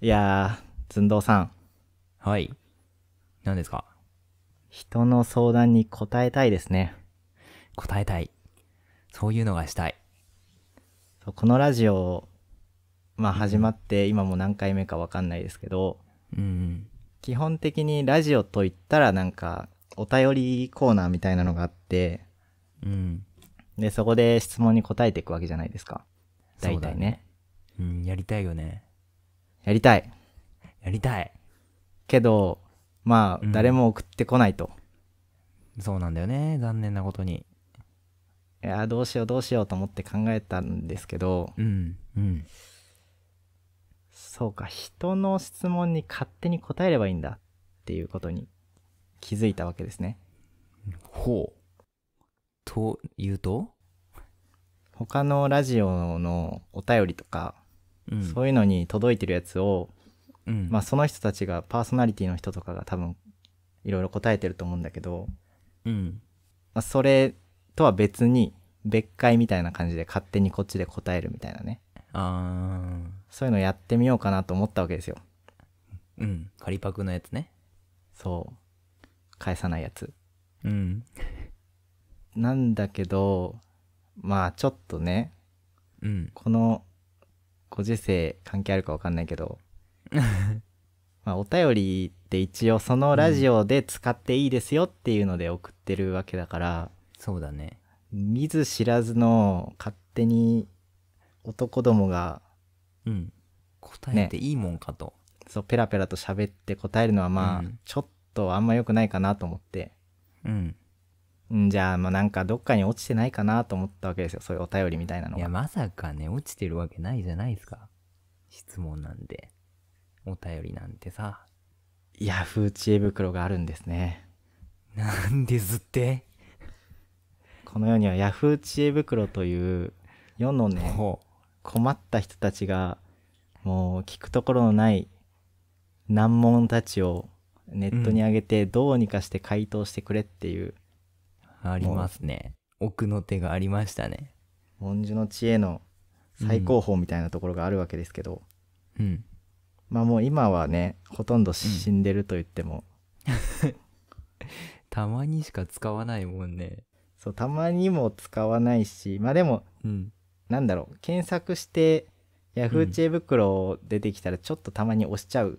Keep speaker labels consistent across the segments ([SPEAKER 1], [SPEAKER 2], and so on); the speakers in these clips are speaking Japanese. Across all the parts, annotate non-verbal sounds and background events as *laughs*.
[SPEAKER 1] いやー、寸胴さん、
[SPEAKER 2] はい。何ですか
[SPEAKER 1] 人の相談に答えたいですね。
[SPEAKER 2] 答えたい。そういうのがしたい。
[SPEAKER 1] そうこのラジオ、まあ始まって今も何回目かわかんないですけど、
[SPEAKER 2] うん
[SPEAKER 1] 基本的にラジオと言ったらなんか、お便りコーナーみたいなのがあって、
[SPEAKER 2] うん。うん。
[SPEAKER 1] で、そこで質問に答えていくわけじゃないですか。
[SPEAKER 2] そ
[SPEAKER 1] 大
[SPEAKER 2] うだ
[SPEAKER 1] 体ね。
[SPEAKER 2] ねうん、やりたいよね。
[SPEAKER 1] やりたい。
[SPEAKER 2] やりたい。
[SPEAKER 1] けど、まあ、
[SPEAKER 2] うん
[SPEAKER 1] 誰も送ってこないと。
[SPEAKER 2] そうなんだよね。残念なことに。
[SPEAKER 1] いやー、どうしようどうしようと思って考えたんですけど、
[SPEAKER 2] うん。うん。
[SPEAKER 1] そうか、人の質問に勝手に答えればいいんだっていうことに気づいたわけですね。
[SPEAKER 2] ほう。というと
[SPEAKER 1] 他のラジオのお便りとか、
[SPEAKER 2] うん
[SPEAKER 1] そういうのに届いてるやつを、
[SPEAKER 2] うん。
[SPEAKER 1] まあその人たちがパーソナリティの人とかが多分いろいろ答えてると思うんだけど、
[SPEAKER 2] うん。
[SPEAKER 1] まあ、それとは別に別会みたいな感じで勝手にこっちで答えるみたいなね
[SPEAKER 2] あ
[SPEAKER 1] そういうのやってみようかなと思ったわけですよ
[SPEAKER 2] ー。うん。仮パクのやつね。
[SPEAKER 1] そう返さないやつ
[SPEAKER 2] うん。
[SPEAKER 1] なんだけどまあちょっとね
[SPEAKER 2] うん。
[SPEAKER 1] このご時世関係あるかわかんないけど *laughs* まあお便りって一応そのラジオで使っていいですよっていうので送ってるわけだから、
[SPEAKER 2] そうだね。
[SPEAKER 1] 見ず知らずの勝手に男どもが
[SPEAKER 2] うん。答えていいもんかと。
[SPEAKER 1] そうペラペラと喋って答えるのはまあ、
[SPEAKER 2] うん
[SPEAKER 1] ちょっとあんま良くないかなと思って、
[SPEAKER 2] うん。
[SPEAKER 1] うん、じゃあまあなんかどっかに落ちてないかなと思ったわけですよそういうお便りみたいなの
[SPEAKER 2] いや、
[SPEAKER 1] が
[SPEAKER 2] まさかね、落ちてるわけないじゃないですか。質問なんで。お便りなんてさ。
[SPEAKER 1] いやフー知恵袋があるんですね
[SPEAKER 2] なんですって
[SPEAKER 1] この世にはヤフー知恵袋という世のね
[SPEAKER 2] ほ
[SPEAKER 1] 困った人たちがもう聞くところのない難問たちをネットに上げてどうにかして回答してくれっていう
[SPEAKER 2] う。ありますね。奥の手がありましたね。
[SPEAKER 1] 文殊の知恵の最高峰みたいなところがあるわけですけど、
[SPEAKER 2] うん。
[SPEAKER 1] まあもう今はねほとんど死んでると言っても、
[SPEAKER 2] たまにしか使わないもんね。
[SPEAKER 1] そうたまにも使わないしまあでも
[SPEAKER 2] うん。
[SPEAKER 1] なんだろう検索してヤフ
[SPEAKER 2] う
[SPEAKER 1] ー
[SPEAKER 2] ん
[SPEAKER 1] 知恵袋出てきたらちょっとたまに押しちゃう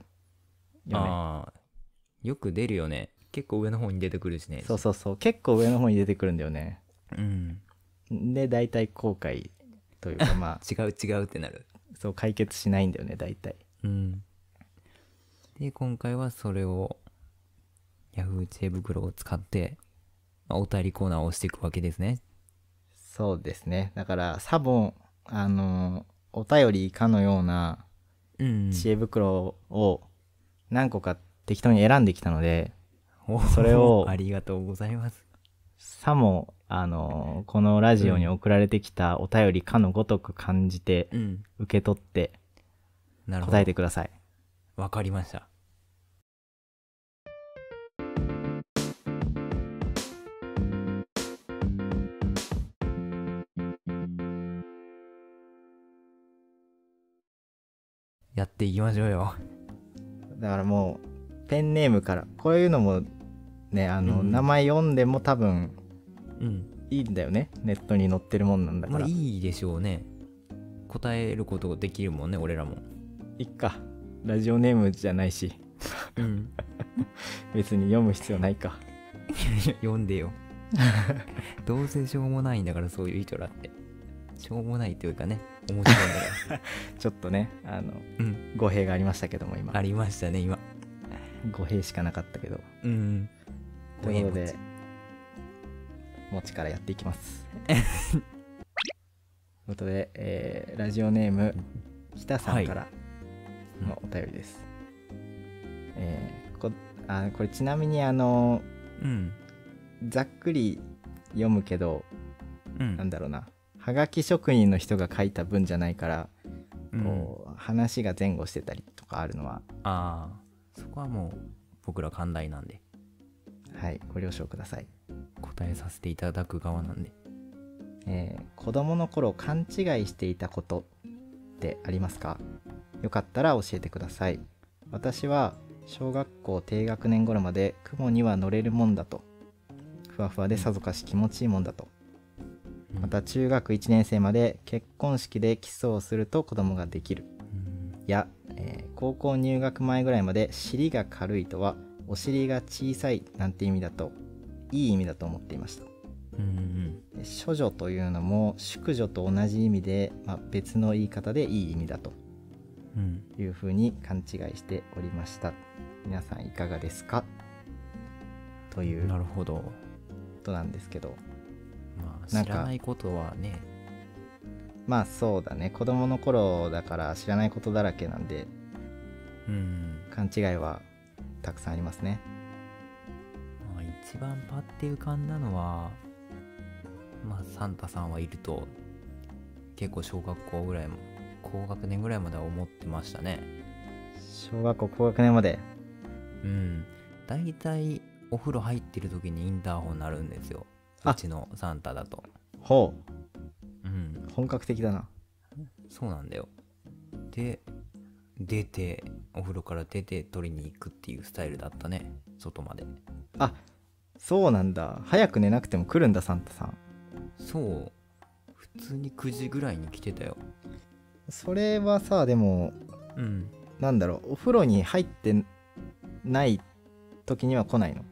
[SPEAKER 1] よね、
[SPEAKER 2] ああ。よく出るよね。結構上の方に出てくるしね。
[SPEAKER 1] そうそうそう結構上の方に出てくるんだよね
[SPEAKER 2] うん。
[SPEAKER 1] で大体後悔という *laughs* かまあ
[SPEAKER 2] 違う違うってなる。
[SPEAKER 1] そう解決しないんだよね大体
[SPEAKER 2] うん。で、今回はそれを、Yahoo! 知恵袋を使って、まあお便りコーナーを押していくわけですね。
[SPEAKER 1] そうですねだからサボンあのお便りかのような
[SPEAKER 2] うん
[SPEAKER 1] 知恵袋を何個か適当に選んできたので、そ
[SPEAKER 2] そ
[SPEAKER 1] れ
[SPEAKER 2] れ
[SPEAKER 1] を
[SPEAKER 2] *laughs* をありがとうございます
[SPEAKER 1] さもあのこのラジオに送られてきたお便りかのごとく感じて
[SPEAKER 2] うん
[SPEAKER 1] 受け取って
[SPEAKER 2] なるほど
[SPEAKER 1] 答えてください
[SPEAKER 2] わかりましたやっていきましょうよ
[SPEAKER 1] だからもうペンネームからこういうのもねあの、
[SPEAKER 2] うん
[SPEAKER 1] 名前読んでも多分
[SPEAKER 2] うん
[SPEAKER 1] いいんだよねネットに載ってるもんなんだか
[SPEAKER 2] まあ
[SPEAKER 1] ら、
[SPEAKER 2] いいでしょうね答えることできるもんね俺らも
[SPEAKER 1] いっかラジオネームじゃないし
[SPEAKER 2] うん
[SPEAKER 1] 別に読む必要ないか
[SPEAKER 2] 読ん
[SPEAKER 1] *laughs*
[SPEAKER 2] でよどうせしょうもないんだからそういう人らってしょうもないというかね面白いんだから
[SPEAKER 1] *laughs* ちょっとねあの、
[SPEAKER 2] うん
[SPEAKER 1] 語弊がありましたけども今
[SPEAKER 2] ありましたね今
[SPEAKER 1] 語弊しかなかったけど
[SPEAKER 2] うん
[SPEAKER 1] ということで持ちからやっていきます *laughs* ということで、えーラジオネームひたさんからのお便りです、えーこあこれちなみにあの
[SPEAKER 2] うん
[SPEAKER 1] ざっくり読むけど
[SPEAKER 2] う
[SPEAKER 1] なん
[SPEAKER 2] ん
[SPEAKER 1] だろうなはがき職人の人が書いた文じゃないから、
[SPEAKER 2] うん
[SPEAKER 1] こう話が前後してたりとかあるのは
[SPEAKER 2] ああそこはもう僕ら寛大なんで
[SPEAKER 1] はいご了承ください
[SPEAKER 2] 答えさせていただく側なんで
[SPEAKER 1] えー子供の頃勘違いしていたことってありますかよかったら教えてください私は小学校低学年頃まで雲には乗れるもんだとふわふわでさぞかし気持ちいいもんだとまた中学1年生まで結婚式でキスをすると子供ができる
[SPEAKER 2] うん
[SPEAKER 1] や、えー高校入学前ぐらいまで尻が軽いとはお尻が小さいなんて意味だといい意味だと思っていました
[SPEAKER 2] うん
[SPEAKER 1] で処女というのも淑女と同じ意味で、まあ、別の言い方でいい意味だと
[SPEAKER 2] うんうん
[SPEAKER 1] いうふうに勘違いしておりました皆さんいかがですかというこ
[SPEAKER 2] なるほど
[SPEAKER 1] となんですけど
[SPEAKER 2] まあ
[SPEAKER 1] なんか
[SPEAKER 2] 知らないことはね
[SPEAKER 1] まあそうだね子供の頃だから知らないことだらけなんで
[SPEAKER 2] うん
[SPEAKER 1] 勘違いはたくさんありますね
[SPEAKER 2] まあ一番パッて浮かんだのはまあサンタさんはいると結構小学校ぐらいも高学年ぐらいまでは思ってましたね
[SPEAKER 1] 小学校高学年まで
[SPEAKER 2] うん大体お風呂入ってる時にインターホン鳴るんですよ
[SPEAKER 1] あ
[SPEAKER 2] うちのサンタだと
[SPEAKER 1] ほ
[SPEAKER 2] うん
[SPEAKER 1] う本格的だな
[SPEAKER 2] そうなんだよで出てお風呂から出て取りに行くっていうスタイルだったね外まで
[SPEAKER 1] あそうなんだ早く寝なくても来るんだサンタさん
[SPEAKER 2] そう普通に9時ぐらいに来てたよ
[SPEAKER 1] それはさでも
[SPEAKER 2] うん
[SPEAKER 1] なんだろうお風呂に入ってない時には来ないの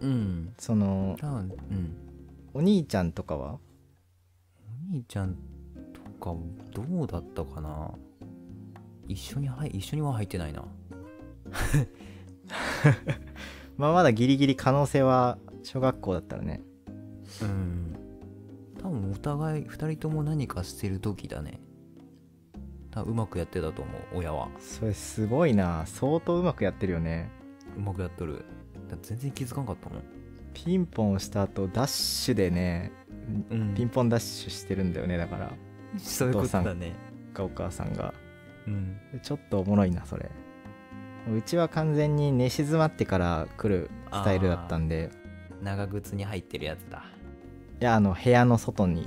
[SPEAKER 2] うん
[SPEAKER 1] その
[SPEAKER 2] だうん
[SPEAKER 1] お兄ちゃんとかは
[SPEAKER 2] お兄ちゃんとかどうだったかな一緒に入一緒には入ってないな
[SPEAKER 1] まあまだギリギリ可能性は小学校だったらね
[SPEAKER 2] うん多分お互い2人とも何かしてる時だね多分うまくやってたと思う親は
[SPEAKER 1] それすごいな相当うまくやってるよね
[SPEAKER 2] うまくやっとるだ全然気づかんかったもん、
[SPEAKER 1] ピンポンした後ダッシュでね
[SPEAKER 2] うん
[SPEAKER 1] ピンポンダッシュしてるんだよねだから
[SPEAKER 2] そういうことだね
[SPEAKER 1] お母さんが
[SPEAKER 2] うん
[SPEAKER 1] ちょっとおもろいなそれうちは完全に寝静まってから来るスタイルだったんで
[SPEAKER 2] 長靴に入ってるやつだ、
[SPEAKER 1] いやあの部屋の外に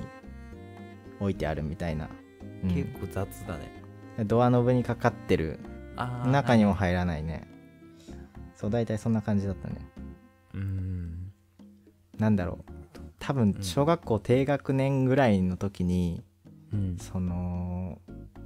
[SPEAKER 1] 置いてあるみたいな、うん
[SPEAKER 2] 結構雑だね
[SPEAKER 1] ドアノブにかかってる
[SPEAKER 2] あー
[SPEAKER 1] 中にも入らないねそう大体そんな感じだったね
[SPEAKER 2] うん
[SPEAKER 1] なんだろう多分
[SPEAKER 2] うん
[SPEAKER 1] 小学校低学年ぐらいの時に、
[SPEAKER 2] うん
[SPEAKER 1] その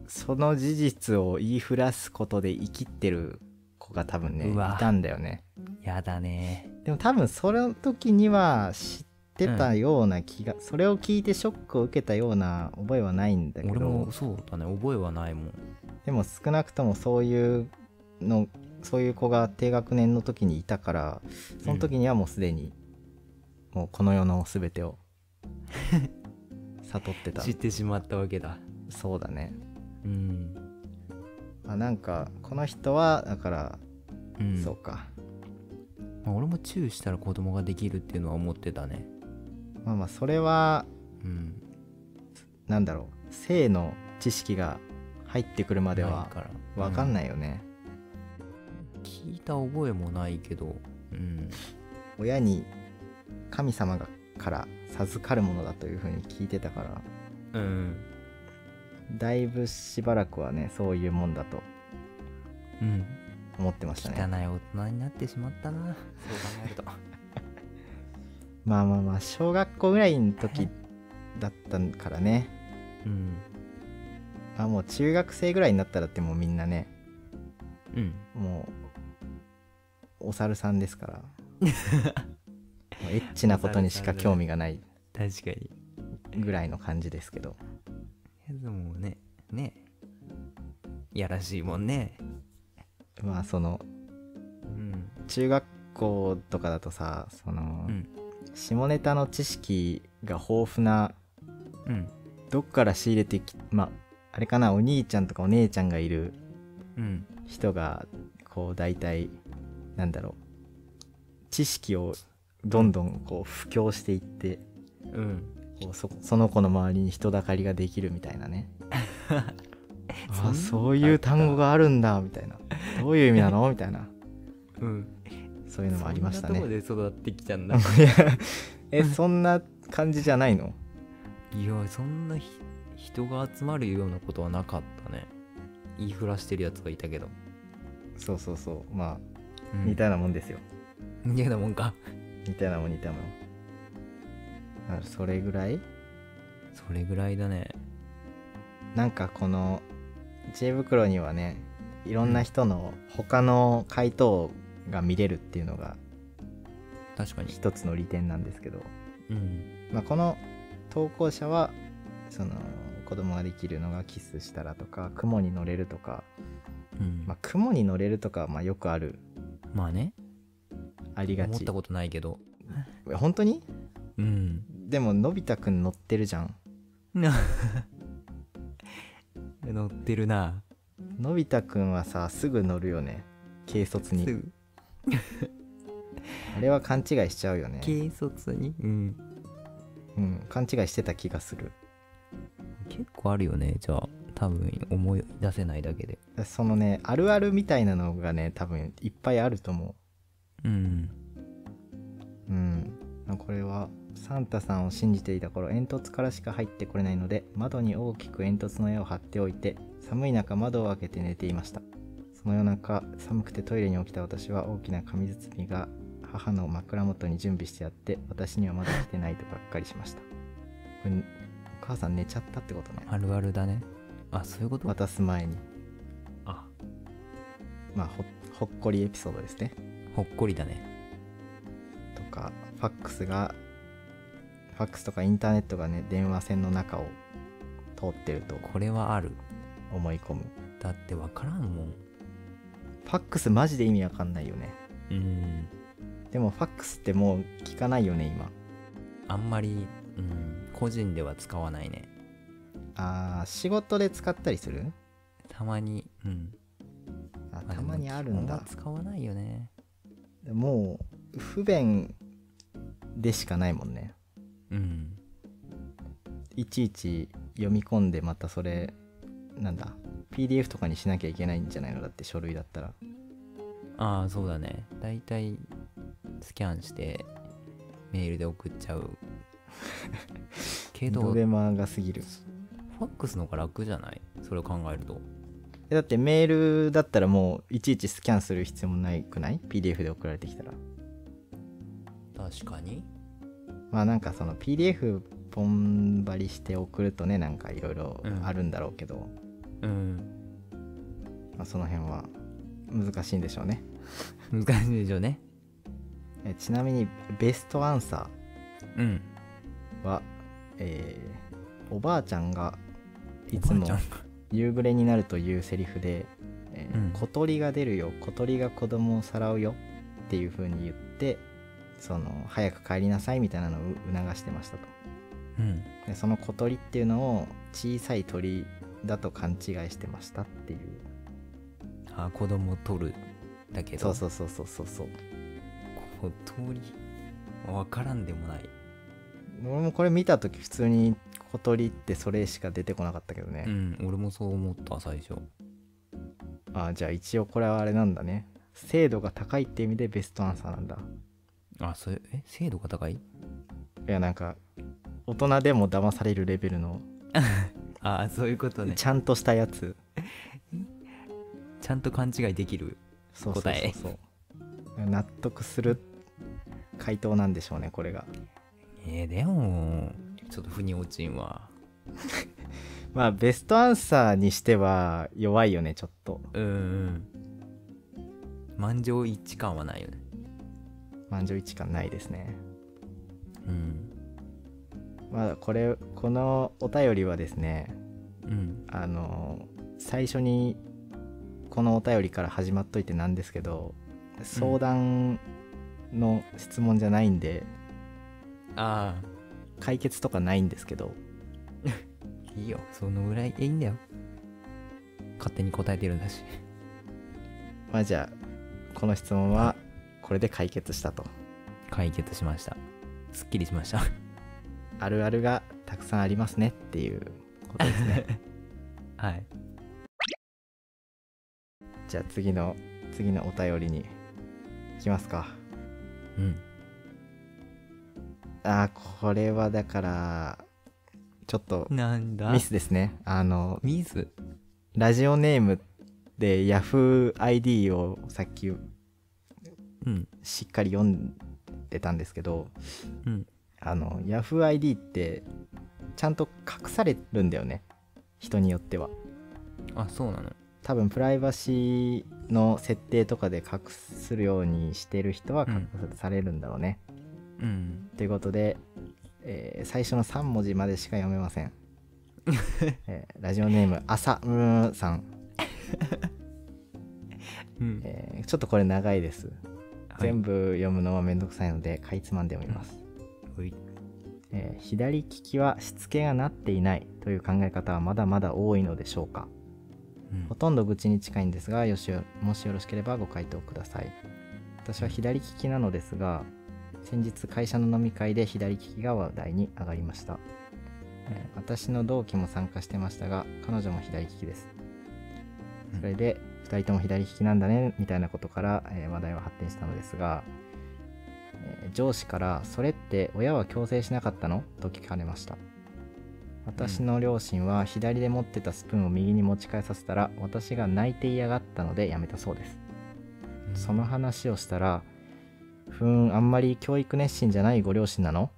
[SPEAKER 1] その事実を言いふらすことで生きってる子が多分ね
[SPEAKER 2] うわ
[SPEAKER 1] いたんだよね
[SPEAKER 2] やだね
[SPEAKER 1] でも多分その時には知ってたような気が、それを聞いてショックを受けたような覚えはないんだけど
[SPEAKER 2] 俺もそうだね覚えはないもん
[SPEAKER 1] でも少なくともそういうのそういう子が低学年の時にいたからその時にはもうすでに、もうこの世の全てを悟ってた
[SPEAKER 2] *laughs* 知ってしまったわけだ
[SPEAKER 1] そうだね、
[SPEAKER 2] うん、
[SPEAKER 1] まあ、なんかこの人はだから、
[SPEAKER 2] うん、
[SPEAKER 1] そうか
[SPEAKER 2] まあ、俺もチューしたら子供ができるっていうのは思ってたね
[SPEAKER 1] まあまあそれは
[SPEAKER 2] うん
[SPEAKER 1] なんだろう性の知識が入ってくるまで
[SPEAKER 2] ない
[SPEAKER 1] は
[SPEAKER 2] から
[SPEAKER 1] 分かん
[SPEAKER 2] い、
[SPEAKER 1] ないよね、
[SPEAKER 2] うん聞いた覚えもないけどうん
[SPEAKER 1] 親に神様がから授かるものだというふうに聞いてたから
[SPEAKER 2] うん
[SPEAKER 1] だいぶしばらくはねそういうもんだと
[SPEAKER 2] うん
[SPEAKER 1] 思ってました
[SPEAKER 2] 汚い
[SPEAKER 1] ね
[SPEAKER 2] 大人になってしまったなそう考えると
[SPEAKER 1] まあまあまあ小学校ぐらいの時だったからね
[SPEAKER 2] *laughs* うん
[SPEAKER 1] あもう中学生ぐらいになったらってもうみんなね
[SPEAKER 2] うん
[SPEAKER 1] もうお猿さんですからもうエッチなことにしか興味がない
[SPEAKER 2] 確かに
[SPEAKER 1] ぐらいの感じですけど
[SPEAKER 2] いやでもねねやらしいもんね
[SPEAKER 1] まあその
[SPEAKER 2] うん
[SPEAKER 1] 中学校とかだとさその、
[SPEAKER 2] うん
[SPEAKER 1] 下ネタの知識が豊富な
[SPEAKER 2] うん
[SPEAKER 1] どっから仕入れてきまああれかなお兄ちゃんとかお姉ちゃんがいる
[SPEAKER 2] うん
[SPEAKER 1] 人がこう大体なんだろう知識をどんどんこう布教していって
[SPEAKER 2] うん
[SPEAKER 1] こうそその子の周りに人だかりができるみたいな
[SPEAKER 2] *laughs*
[SPEAKER 1] ね
[SPEAKER 2] そんな
[SPEAKER 1] あ
[SPEAKER 2] の
[SPEAKER 1] そういう単語があるんだみたいなどういう意味な
[SPEAKER 2] *laughs*
[SPEAKER 1] のみたいな
[SPEAKER 2] うん
[SPEAKER 1] そういうのもありましたね
[SPEAKER 2] そんなとこで育ってきたんだ
[SPEAKER 1] *laughs* いやえそんな感じじゃないの
[SPEAKER 2] いやそんなひ人が集まるようなことはなかったね言いふらしてるやつはいたけど、
[SPEAKER 1] そうそうそうまあ
[SPEAKER 2] うん、
[SPEAKER 1] 似たようなもんですよ
[SPEAKER 2] みたいなもんか
[SPEAKER 1] 似たようなもん似たようなもんだからそれぐらい
[SPEAKER 2] それぐらいだね
[SPEAKER 1] なんかこの知恵袋にはねいろんな人の他の回答が見れるっていうのが
[SPEAKER 2] 確かに
[SPEAKER 1] 一つの利点なんですけど、
[SPEAKER 2] うん
[SPEAKER 1] まあ、この投稿者はその子供ができるのがキスしたらとか雲に乗れるとか、
[SPEAKER 2] うん
[SPEAKER 1] ま
[SPEAKER 2] ま
[SPEAKER 1] あ、雲に乗れるとかはまあよくある
[SPEAKER 2] あね
[SPEAKER 1] ありが
[SPEAKER 2] 思っ
[SPEAKER 1] ち
[SPEAKER 2] たことないけど
[SPEAKER 1] 本当に
[SPEAKER 2] うん
[SPEAKER 1] *laughs* でものび太くん乗ってるじゃん
[SPEAKER 2] 乗ってるな
[SPEAKER 1] のび太くんはさすぐ乗るよね軽率
[SPEAKER 2] す
[SPEAKER 1] に
[SPEAKER 2] ぐ
[SPEAKER 1] あれは勘違いしちゃうよね、
[SPEAKER 2] 軽率にうん
[SPEAKER 1] うん、勘違いしてた気がする
[SPEAKER 2] 結構あるよねじゃあ多分思い出せないだけで
[SPEAKER 1] そのねあるあるみたいなのがね多分いっぱいあると思
[SPEAKER 2] うん
[SPEAKER 1] ううんこれはサンタさんを信じていた頃煙突からしか入ってこれないので窓に大きく煙突の絵を貼っておいて寒い中窓を開けて寝ていましたその夜中寒くてトイレに起きた私は大きな紙包みが母の枕元に準備してあって私にはまだ来てないとがっかりしましたこれお母さん寝ちゃったってことね
[SPEAKER 2] あるあるだねあそういうこと
[SPEAKER 1] 渡す前に
[SPEAKER 2] あ
[SPEAKER 1] まあほほっこりエピソードですね
[SPEAKER 2] ほっこりだね
[SPEAKER 1] とかファックスがファックスとかインターネットがね電話線の中を通ってると
[SPEAKER 2] これはある
[SPEAKER 1] 思い込む
[SPEAKER 2] だってわからんもん
[SPEAKER 1] ファックスマジで意味わかんないよね
[SPEAKER 2] うん
[SPEAKER 1] でもファックスってもう聞かないよね今
[SPEAKER 2] あんまり、うん、個人では使わないね
[SPEAKER 1] あー仕事で使ったりする
[SPEAKER 2] たまにうん
[SPEAKER 1] あ
[SPEAKER 2] まで
[SPEAKER 1] た
[SPEAKER 2] も
[SPEAKER 1] まにあるんだ
[SPEAKER 2] 基本は使わないよね
[SPEAKER 1] もう不便でしかないもんね
[SPEAKER 2] うん
[SPEAKER 1] いちいち読み込んでまたそれなんだ PDF とかにしなきゃいけないんじゃないのだって書類だったら
[SPEAKER 2] ああそうだねだいたいスキャンしてメールで送っちゃ
[SPEAKER 1] *laughs*
[SPEAKER 2] うけど
[SPEAKER 1] ド
[SPEAKER 2] フ
[SPEAKER 1] レ
[SPEAKER 2] ァ
[SPEAKER 1] マーが過ぎる
[SPEAKER 2] ックスの方が楽じゃないそれを考えると
[SPEAKER 1] えだってメールだったらもういちいちスキャンする必要もないくない ?PDF で送られてきたら。
[SPEAKER 2] 確かに
[SPEAKER 1] まあなんかその PDF ポン張りして送るとねなんかいろいろ
[SPEAKER 2] うん
[SPEAKER 1] あるんだろうけど、
[SPEAKER 2] うん
[SPEAKER 1] まあ、その辺は難しいんでしょうね
[SPEAKER 2] 難しいでしょうね
[SPEAKER 1] えちなみにベストアンサ
[SPEAKER 2] うん
[SPEAKER 1] ーは、えーおばあちゃんがいつも
[SPEAKER 2] おばあち
[SPEAKER 1] 夕暮れになるというセリフで、えー
[SPEAKER 2] うん
[SPEAKER 1] 小鳥が出るよ小鳥が子供をさらうよっていう風に言ってその早く帰りなさいみたいなのを促してましたと
[SPEAKER 2] ゃんうん
[SPEAKER 1] でその小鳥っていうのを小さい鳥だと勘違いしてましたっていう
[SPEAKER 2] あー子供取るだけど
[SPEAKER 1] そうそうそうそうそうそう
[SPEAKER 2] 小鳥わからんでもない
[SPEAKER 1] 俺もこれ見た時普通に小鳥ってそれしか出てこなかったけど
[SPEAKER 2] う
[SPEAKER 1] ね、
[SPEAKER 2] ん俺もそう思った最初
[SPEAKER 1] ああじゃあ一応これはあれなんだね精度が高いって意味でベストアンサーなんだ
[SPEAKER 2] あそれえ精度が高い
[SPEAKER 1] いやなんか大人でも騙されるレベルの
[SPEAKER 2] ああそういうことね
[SPEAKER 1] ちゃんとしたやつ
[SPEAKER 2] ちゃんと勘違いできる
[SPEAKER 1] そうそうそう
[SPEAKER 2] 答え
[SPEAKER 1] そう納得する回答なんでしょうねこれが
[SPEAKER 2] えー、でもちょっと腑に落ちんわ
[SPEAKER 1] まあベストアンサーにしては弱いよねちょっと
[SPEAKER 2] うんうん満場一致感はないよね
[SPEAKER 1] 満場一致感ないですね
[SPEAKER 2] うん
[SPEAKER 1] まあこれこのお便りはですね
[SPEAKER 2] うん
[SPEAKER 1] あの最初にこのお便りから始まっといてなんですけど相談の質問じゃないんで、
[SPEAKER 2] あ
[SPEAKER 1] 解決とかないんですけど
[SPEAKER 2] あいいよそのぐらいいいんだよ勝手に答えてるんだし
[SPEAKER 1] まあじゃあこの質問はこれで解決したと
[SPEAKER 2] 解決しましたすっきりしました
[SPEAKER 1] あるあるがたくさんありますねっていうことですね
[SPEAKER 2] はい
[SPEAKER 1] じゃあ次の次のお便りに行きますか
[SPEAKER 2] うん
[SPEAKER 1] あーこれはだからちょっと
[SPEAKER 2] なんだ
[SPEAKER 1] ミスですねあの
[SPEAKER 2] ミス
[SPEAKER 1] ラジオネームで YahooID をさっき
[SPEAKER 2] うん
[SPEAKER 1] しっかり読んでたんですけど
[SPEAKER 2] うん
[SPEAKER 1] あの YahooID ってちゃんと隠されるんだよね人によっては
[SPEAKER 2] あそうなの
[SPEAKER 1] 多分プライバシーの設定とかで隠すようにしてる人は隠されるんだろうね、
[SPEAKER 2] うん
[SPEAKER 1] ということで、えー最初の3文字までしか読めません、えーラジオネーム朝うーんさん、
[SPEAKER 2] うん
[SPEAKER 1] えーちょっとこれ長いです、全
[SPEAKER 2] 部
[SPEAKER 1] 部読むのはめんどくさいのでかいつまんで読みます、
[SPEAKER 2] はい
[SPEAKER 1] えー左利きはしつけがなっていないという考え方はまだまだ多いのでしょうか
[SPEAKER 2] うん
[SPEAKER 1] ほとんど愚痴に近いんですがよしよもしよろしければご回答ください私は左利きなのですが先日会社の飲み会で左利きが話題に上がりました
[SPEAKER 2] うん
[SPEAKER 1] 私の同期も参加してましたが彼女も左利きです
[SPEAKER 2] うん
[SPEAKER 1] それで2人とも左利きなんだねみたいなことから、えー話題は発展したのですが、えー上司から「それって親は強制しなかったの?」と聞かれました私の両親は左で持ってたスプーンを右に持ち替えさせたら私が泣いて嫌がったのでやめたそうです
[SPEAKER 2] うん
[SPEAKER 1] その話をしたら「ふーんあんまり教育熱心じゃないご両親なの?」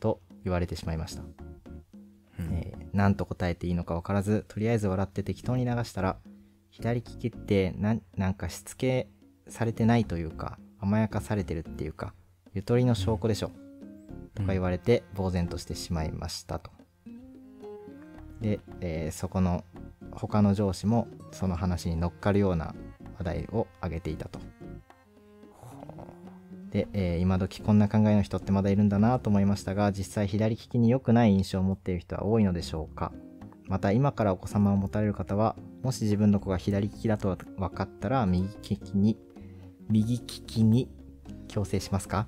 [SPEAKER 1] と言われてしまいました
[SPEAKER 2] うん
[SPEAKER 1] えーなんと答えていいのか分からずとりあえず笑って適当に流したら左利きってなんなんかしつけされてないというか甘やかされてるっていうかゆとりの証拠でしょとか言われて呆然としてしまいましたと。で、えーそこの他の上司もその話に乗っかるような話題を挙げていたと。で、えー今時こんな考えの人ってまだいるんだなと思いましたが実際左利きに良くない印象を持っている人は多いのでしょうかまた今からお子様を持たれる方はもし自分の子が左利きだと分かったら右利きに右利きに強制しますか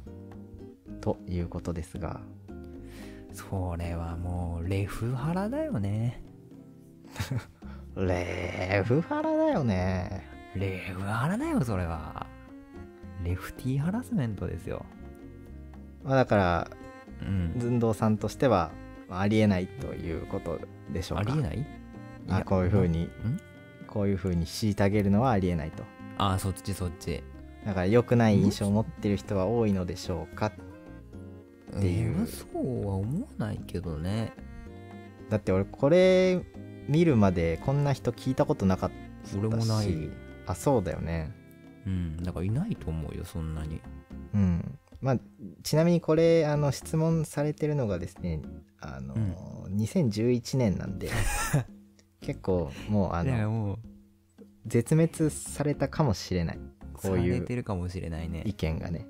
[SPEAKER 1] ということですが
[SPEAKER 2] それはもうレフハラだよね
[SPEAKER 1] レフハラだよね
[SPEAKER 2] レフハラだよそれはレフティーハラスメントですよ
[SPEAKER 1] まあだから
[SPEAKER 2] うん
[SPEAKER 1] 寸胴さんとしてはまあありえないということでしょう
[SPEAKER 2] あ
[SPEAKER 1] か
[SPEAKER 2] りえない
[SPEAKER 1] あこういうふうに
[SPEAKER 2] ん
[SPEAKER 1] こういうふうに虐げるのはありえないと
[SPEAKER 2] あそっちそっち
[SPEAKER 1] だから良くない印象を持ってる人は多いのでしょうかっていう
[SPEAKER 2] いやそうは思わないけどね
[SPEAKER 1] だって俺これ見るまでこんな人聞いたことなかったし
[SPEAKER 2] 俺もない
[SPEAKER 1] あそうだよね
[SPEAKER 2] うんだからいないと思うよそんなに
[SPEAKER 1] うんまあちなみにこれあの質問されてるのがですねあの、2011年なん
[SPEAKER 2] *laughs*
[SPEAKER 1] で結構もうあ
[SPEAKER 2] だから
[SPEAKER 1] の
[SPEAKER 2] もう
[SPEAKER 1] 絶滅されたかもしれないこうい
[SPEAKER 2] さ
[SPEAKER 1] う
[SPEAKER 2] れてるかもしれないね
[SPEAKER 1] 意見がね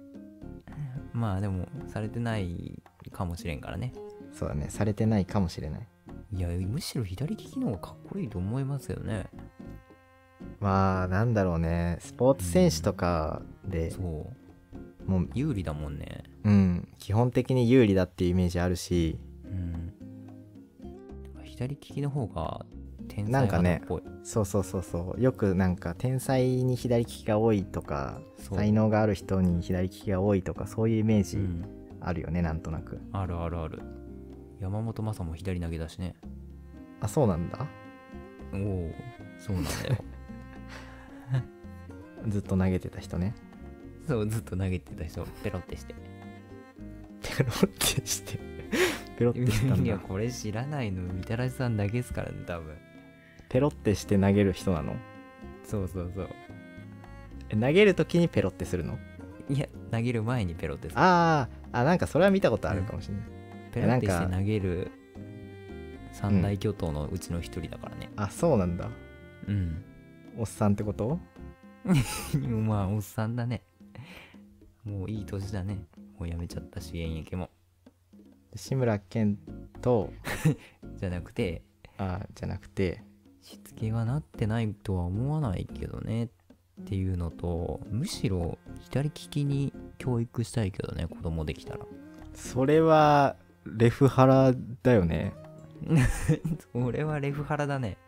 [SPEAKER 2] まあでもされてないかもしれんからね
[SPEAKER 1] そうだねされてないかもしれない
[SPEAKER 2] いやむしろ左利きの方がかっこいいと思いますよね
[SPEAKER 1] まあなんだろうねスポーツ選手とかで
[SPEAKER 2] そう
[SPEAKER 1] もう
[SPEAKER 2] 有利だもんね
[SPEAKER 1] うん、基本的に有利だっていうイメージあるし
[SPEAKER 2] うん左利きの方が天
[SPEAKER 1] な
[SPEAKER 2] 才
[SPEAKER 1] んかね
[SPEAKER 2] 肌っぽい
[SPEAKER 1] そうそうそうそうよくなんか天才に左利きが多いとか
[SPEAKER 2] そう
[SPEAKER 1] 才能がある人に左利きが多いとかそういうイメー
[SPEAKER 2] う
[SPEAKER 1] ジ
[SPEAKER 2] ん、
[SPEAKER 1] あるよね、なんとなく
[SPEAKER 2] あるあるある山本昌も左投げだしね
[SPEAKER 1] あそうなんだ
[SPEAKER 2] おおそうなんだよ
[SPEAKER 1] ずっと投げてた人ね
[SPEAKER 2] *laughs* そうずっと投げてた人ペロってして
[SPEAKER 1] ペロって
[SPEAKER 2] *laughs*
[SPEAKER 1] してペロってしたん
[SPEAKER 2] いや
[SPEAKER 1] だ
[SPEAKER 2] これ知らないのみたらしさんだけですからね多分
[SPEAKER 1] ペロってして投げる人なの
[SPEAKER 2] そうそうそう
[SPEAKER 1] え投げる時にペロってするの
[SPEAKER 2] いや投げる前にペロってさ
[SPEAKER 1] あーあなんかそれは見たことあるかもしれない、
[SPEAKER 2] ペロってし
[SPEAKER 1] なん
[SPEAKER 2] て
[SPEAKER 1] か
[SPEAKER 2] 投げる三大巨頭のうちの一人だからね
[SPEAKER 1] あそうなんだ
[SPEAKER 2] うん、
[SPEAKER 1] おっさんってこと
[SPEAKER 2] まあおっさんだ *laughs* ねもういい年だねもうやめちゃったし現役も
[SPEAKER 1] 志村けんと
[SPEAKER 2] じゃなくて
[SPEAKER 1] あじゃなくて
[SPEAKER 2] しつけがなってないとは思わないけどねっていうのとむしろ左利きに教育したいけどね子供できたら *laughs*
[SPEAKER 1] それはレフハラだよね
[SPEAKER 2] 俺はレフハラだね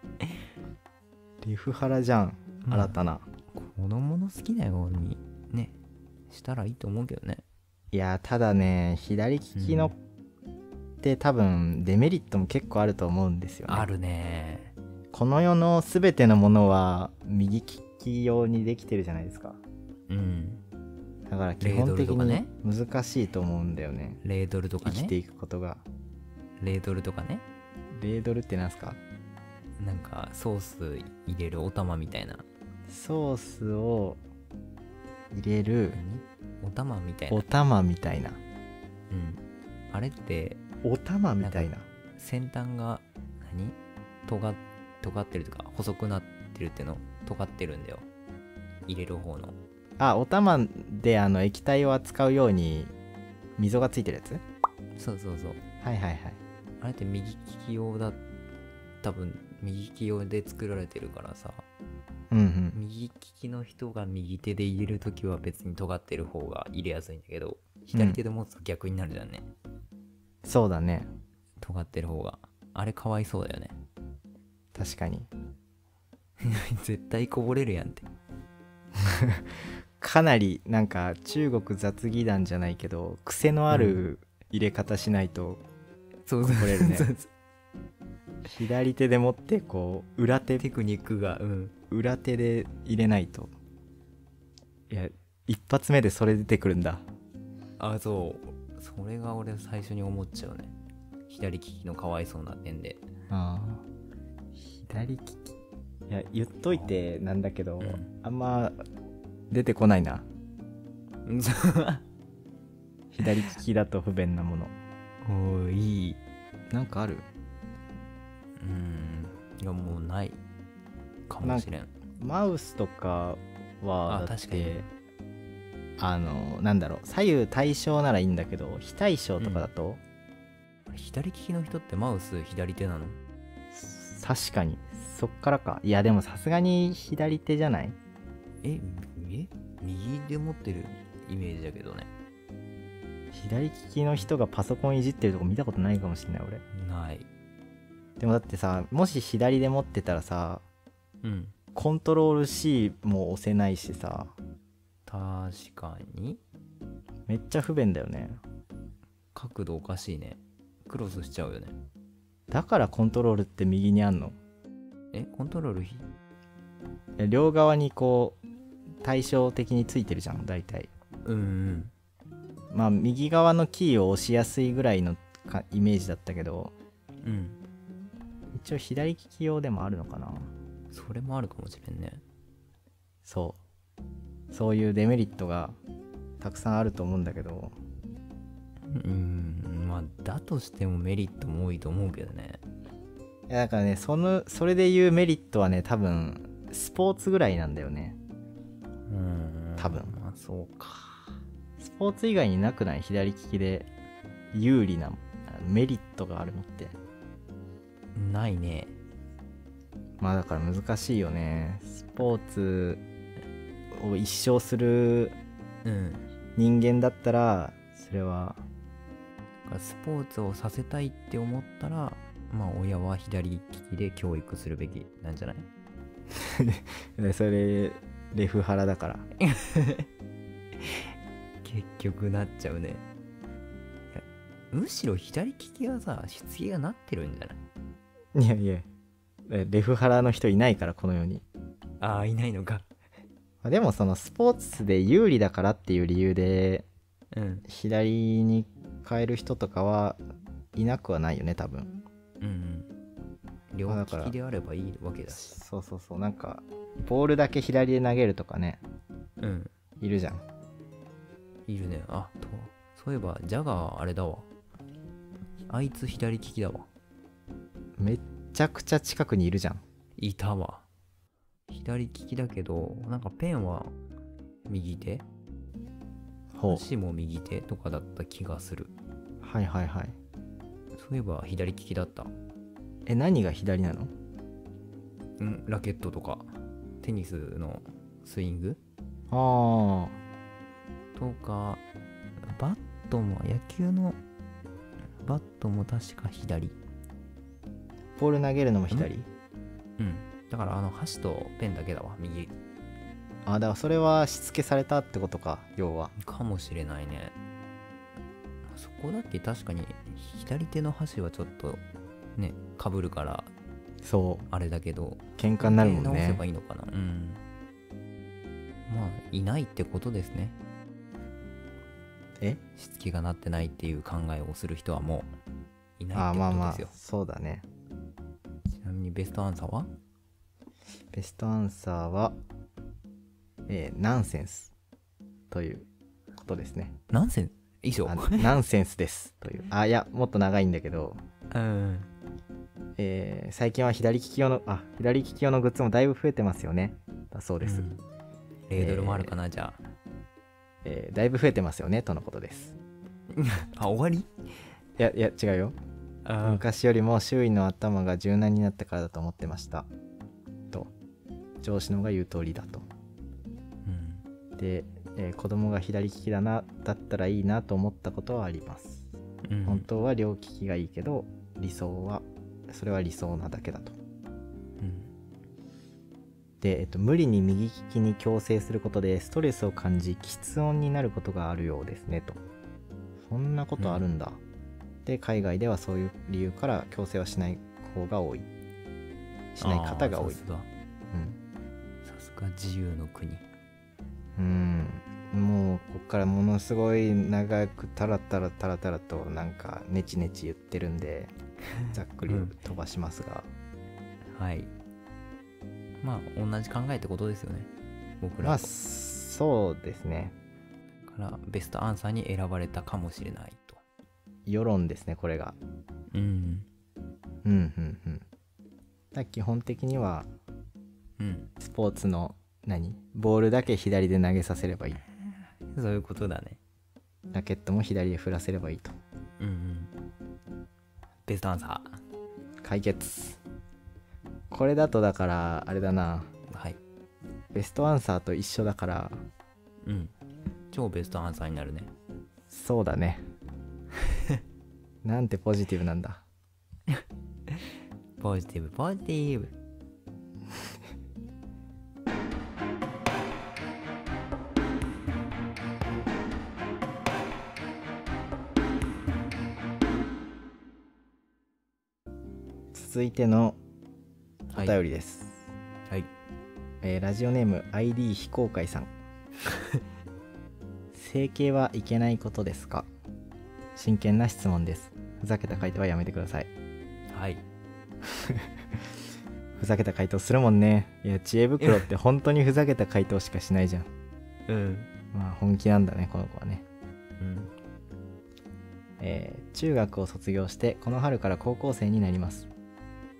[SPEAKER 1] レフハラじゃん新たな、
[SPEAKER 2] 子供の好きなようにねしたらいいと思うけどね
[SPEAKER 1] いやただね左利きのって多分デメリットも結構あると思うんですよね
[SPEAKER 2] あるね
[SPEAKER 1] この世の全てのものは右利き用にできてるじゃないですか
[SPEAKER 2] うん
[SPEAKER 1] だから基本的
[SPEAKER 2] レードルとか
[SPEAKER 1] に
[SPEAKER 2] ね
[SPEAKER 1] 難しいと思うんだよね
[SPEAKER 2] レードルとか
[SPEAKER 1] 生きて
[SPEAKER 2] ね
[SPEAKER 1] いくことが
[SPEAKER 2] レードルとかね
[SPEAKER 1] レードルってなんすか
[SPEAKER 2] なんかソース入れるお玉みたいな
[SPEAKER 1] ソースを入れる
[SPEAKER 2] お玉みたいな
[SPEAKER 1] お玉みたいな
[SPEAKER 2] うんあれって
[SPEAKER 1] お玉みたいな
[SPEAKER 2] 先端が何尖っ尖ってるとか細くなってるっていうの尖ってるんだよ入れる方の
[SPEAKER 1] あお玉であの液体を扱うように溝がついてるやつ
[SPEAKER 2] そうそうそう
[SPEAKER 1] はいはいはい
[SPEAKER 2] あれって右利き用だ多分右利き用で作られてるからさ
[SPEAKER 1] うんうん
[SPEAKER 2] 右利きの人が右手で入れる時は別に尖ってる方が入れやすいんだけど左手で持つと逆になるじゃんね、
[SPEAKER 1] そうだね
[SPEAKER 2] 尖ってる方があれかわいそうだよね
[SPEAKER 1] 確かに
[SPEAKER 2] *laughs* 絶対こぼれるやんって
[SPEAKER 1] かなりなんか中国雑技団じゃないけど癖のある入れ方しないと、
[SPEAKER 2] *laughs* そう
[SPEAKER 1] そう
[SPEAKER 2] こぼれるね
[SPEAKER 1] そう左手で持ってこう裏手
[SPEAKER 2] テクニックがうん
[SPEAKER 1] 裏手で入れないといや一発目でそれ出てくるんだ
[SPEAKER 2] あそうそれが俺最初に思っちゃうね左利きのかわいそうな点で
[SPEAKER 1] あ左利きいや言っといてなんだけど、
[SPEAKER 2] うん
[SPEAKER 1] あんま出てこないな左利きだと不便なもの
[SPEAKER 2] おいい
[SPEAKER 1] なんかある
[SPEAKER 2] うんいやもうないかもしれん
[SPEAKER 1] マウスとか
[SPEAKER 2] あ
[SPEAKER 1] はだっ
[SPEAKER 2] 確かに
[SPEAKER 1] てあのなんだろう左右対称ならいいんだけど非対称とかだと、
[SPEAKER 2] 左利きの人ってマウス左手なの
[SPEAKER 1] 確かにそっからかいやでもさすがに左手じゃない
[SPEAKER 2] ええ右で持ってるイメージだけどね
[SPEAKER 1] 左利きの人がパソコンいじってるとこ見たことないかもしれない俺
[SPEAKER 2] ない
[SPEAKER 1] でもだってさもし左で持ってたらさ
[SPEAKER 2] うん
[SPEAKER 1] コントロール C も押せないしさ
[SPEAKER 2] 確かに
[SPEAKER 1] めっちゃ不便だよね
[SPEAKER 2] 角度おかしいねクロスしちゃうよね
[SPEAKER 1] だからコントロールって右にあんの
[SPEAKER 2] えコントロールひ
[SPEAKER 1] いや両側にこう対称的についてるじゃん大体
[SPEAKER 2] うんうん
[SPEAKER 1] まあ右側のキーを押しやすいぐらいのかイメージだったけど
[SPEAKER 2] うん
[SPEAKER 1] 一応左利き用でもあるのかな
[SPEAKER 2] それもあるかもしれんね
[SPEAKER 1] そうそういうデメリットがたくさんあると思うんだけど
[SPEAKER 2] うんまあだとしてもメリットも多いと思うけどね
[SPEAKER 1] いやだからねそのそれで言うメリットはね多分スポーツぐらいなんだよね
[SPEAKER 2] うん
[SPEAKER 1] 多分
[SPEAKER 2] まあそうか
[SPEAKER 1] スポーツ以外になくない左利きで有利なメリットがあるのって
[SPEAKER 2] ないね
[SPEAKER 1] まあだから難しいよねスポーツを一生する
[SPEAKER 2] うん
[SPEAKER 1] 人間だったらそれは
[SPEAKER 2] だからスポーツをさせたいって思ったらまあ親は左利きで教育するべきなんじゃない
[SPEAKER 1] でそれレフハラだから
[SPEAKER 2] 結局なっちゃうねいやむしろ左利きはさしつけがなってるんじゃない
[SPEAKER 1] いやいやえレフハラの人いないからこの世に
[SPEAKER 2] ああいないのか
[SPEAKER 1] まあでもそのスポーツで有利だからっていう理由で
[SPEAKER 2] うん
[SPEAKER 1] 左に変える人とかはいなくはないよね多分
[SPEAKER 2] うんうん両
[SPEAKER 1] まあ
[SPEAKER 2] 利
[SPEAKER 1] だから
[SPEAKER 2] きであればいいわけだし
[SPEAKER 1] そうそうそうなんかボールだけ左で投げるとかね
[SPEAKER 2] うん
[SPEAKER 1] いるじゃん
[SPEAKER 2] いるねあとそういえばジャガーあれだわあいつ左利きだわ
[SPEAKER 1] めっちゃくちゃ近くにいるじゃん
[SPEAKER 2] いたわ左利きだけどなんかペンは右手
[SPEAKER 1] ほ
[SPEAKER 2] 足も右手とかだった気がする
[SPEAKER 1] うはいはいはい
[SPEAKER 2] そういえば左利きだった
[SPEAKER 1] え何が左なの
[SPEAKER 2] うんラケットとかテニスのスイング
[SPEAKER 1] あ
[SPEAKER 2] とかバットも野球のバットも確か左
[SPEAKER 1] あボール投げるのも左
[SPEAKER 2] うんだからあの箸とペンだけだわ右
[SPEAKER 1] あだからそれはしつけされたってことか要は
[SPEAKER 2] かもしれないねそこだけ確かに左手の箸はちょっとねかぶるから
[SPEAKER 1] そう
[SPEAKER 2] あれだけど
[SPEAKER 1] 喧嘩になるもん
[SPEAKER 2] 手直せ
[SPEAKER 1] ね
[SPEAKER 2] ばいいのかなうんまあいないってことですね
[SPEAKER 1] え
[SPEAKER 2] しつきがなってないっていう考えをする人はもういない
[SPEAKER 1] あ
[SPEAKER 2] っ
[SPEAKER 1] あ
[SPEAKER 2] て
[SPEAKER 1] まあ
[SPEAKER 2] こと
[SPEAKER 1] ま
[SPEAKER 2] で
[SPEAKER 1] あ
[SPEAKER 2] すよ、
[SPEAKER 1] そうだね
[SPEAKER 2] ちなみにベストアンサーは
[SPEAKER 1] ベストアンサーはえーナンセンスということですね
[SPEAKER 2] 何千以上 *laughs*
[SPEAKER 1] あのナンセンスですというあいやもっと長いんだけど、
[SPEAKER 2] うん
[SPEAKER 1] えー最近は左利き用のあ左利き用のグッズもだいぶ増えてますよねだそうです、
[SPEAKER 2] うんレードルもあるかな、じゃ
[SPEAKER 1] えーだいぶ増えてますよねとのことです
[SPEAKER 2] ああ終わり
[SPEAKER 1] いやいや違うよ
[SPEAKER 2] あ
[SPEAKER 1] 昔よりも周囲の頭が柔軟になったからだと思ってましたと上司の方が言う通りだと
[SPEAKER 2] うん
[SPEAKER 1] で、えー子供が左利きだなだったらいいなと思ったことはあります
[SPEAKER 2] うん
[SPEAKER 1] 本当は両利きがいいけど理想はそれは理想なだけだと
[SPEAKER 2] うん
[SPEAKER 1] で、えっと、無理に右利きに強制することでストレスを感じ喫音になることがあるようですねとそんなことあるんだ、で海外ではそういう理由から強制はしない方が多いしない方が多い
[SPEAKER 2] あーさ
[SPEAKER 1] うん
[SPEAKER 2] すがさすが自由の国
[SPEAKER 1] うんもうこっからものすごい長くタラタラタラタラとなんかネチネチ言ってるん
[SPEAKER 2] *laughs*
[SPEAKER 1] でざっくり
[SPEAKER 2] うん
[SPEAKER 1] 飛ばしますが、
[SPEAKER 2] はいまあ同じ考えってことですよね僕
[SPEAKER 1] ま
[SPEAKER 2] ら
[SPEAKER 1] あ
[SPEAKER 2] か
[SPEAKER 1] そうですね
[SPEAKER 2] らベストアンサーに選ばれたかもしれないと
[SPEAKER 1] 世論ですねこれが
[SPEAKER 2] うん
[SPEAKER 1] うんうんうんだから基本的には
[SPEAKER 2] うん
[SPEAKER 1] スポーツの何ボールだけ左で投げさせればいい
[SPEAKER 2] そういうことだね
[SPEAKER 1] ラケットも左で振らせればいいと
[SPEAKER 2] うんうんベストアンサ
[SPEAKER 1] 解決これだとだからあれだな
[SPEAKER 2] ーはい
[SPEAKER 1] ベストアンサーと一緒だから
[SPEAKER 2] うん超ベストアンサーになるね
[SPEAKER 1] そうだね *laughs* なんてポジティブなんだ
[SPEAKER 2] ポジティブポジティブ
[SPEAKER 1] 続いてのお
[SPEAKER 2] はい
[SPEAKER 1] 便りです、
[SPEAKER 2] はい
[SPEAKER 1] えーラジオネーム ID 非公開さん *laughs* 整形はいけないことですか真剣な質問ですふざけた回答はやめてください
[SPEAKER 2] はい
[SPEAKER 1] ふざけた回答するもんねいや知恵袋って本当にふざけた回答しかしないじゃん
[SPEAKER 2] うん
[SPEAKER 1] まあ本気なんだねこの子はね
[SPEAKER 2] うん
[SPEAKER 1] えー中学を卒業してこの春から高校生になります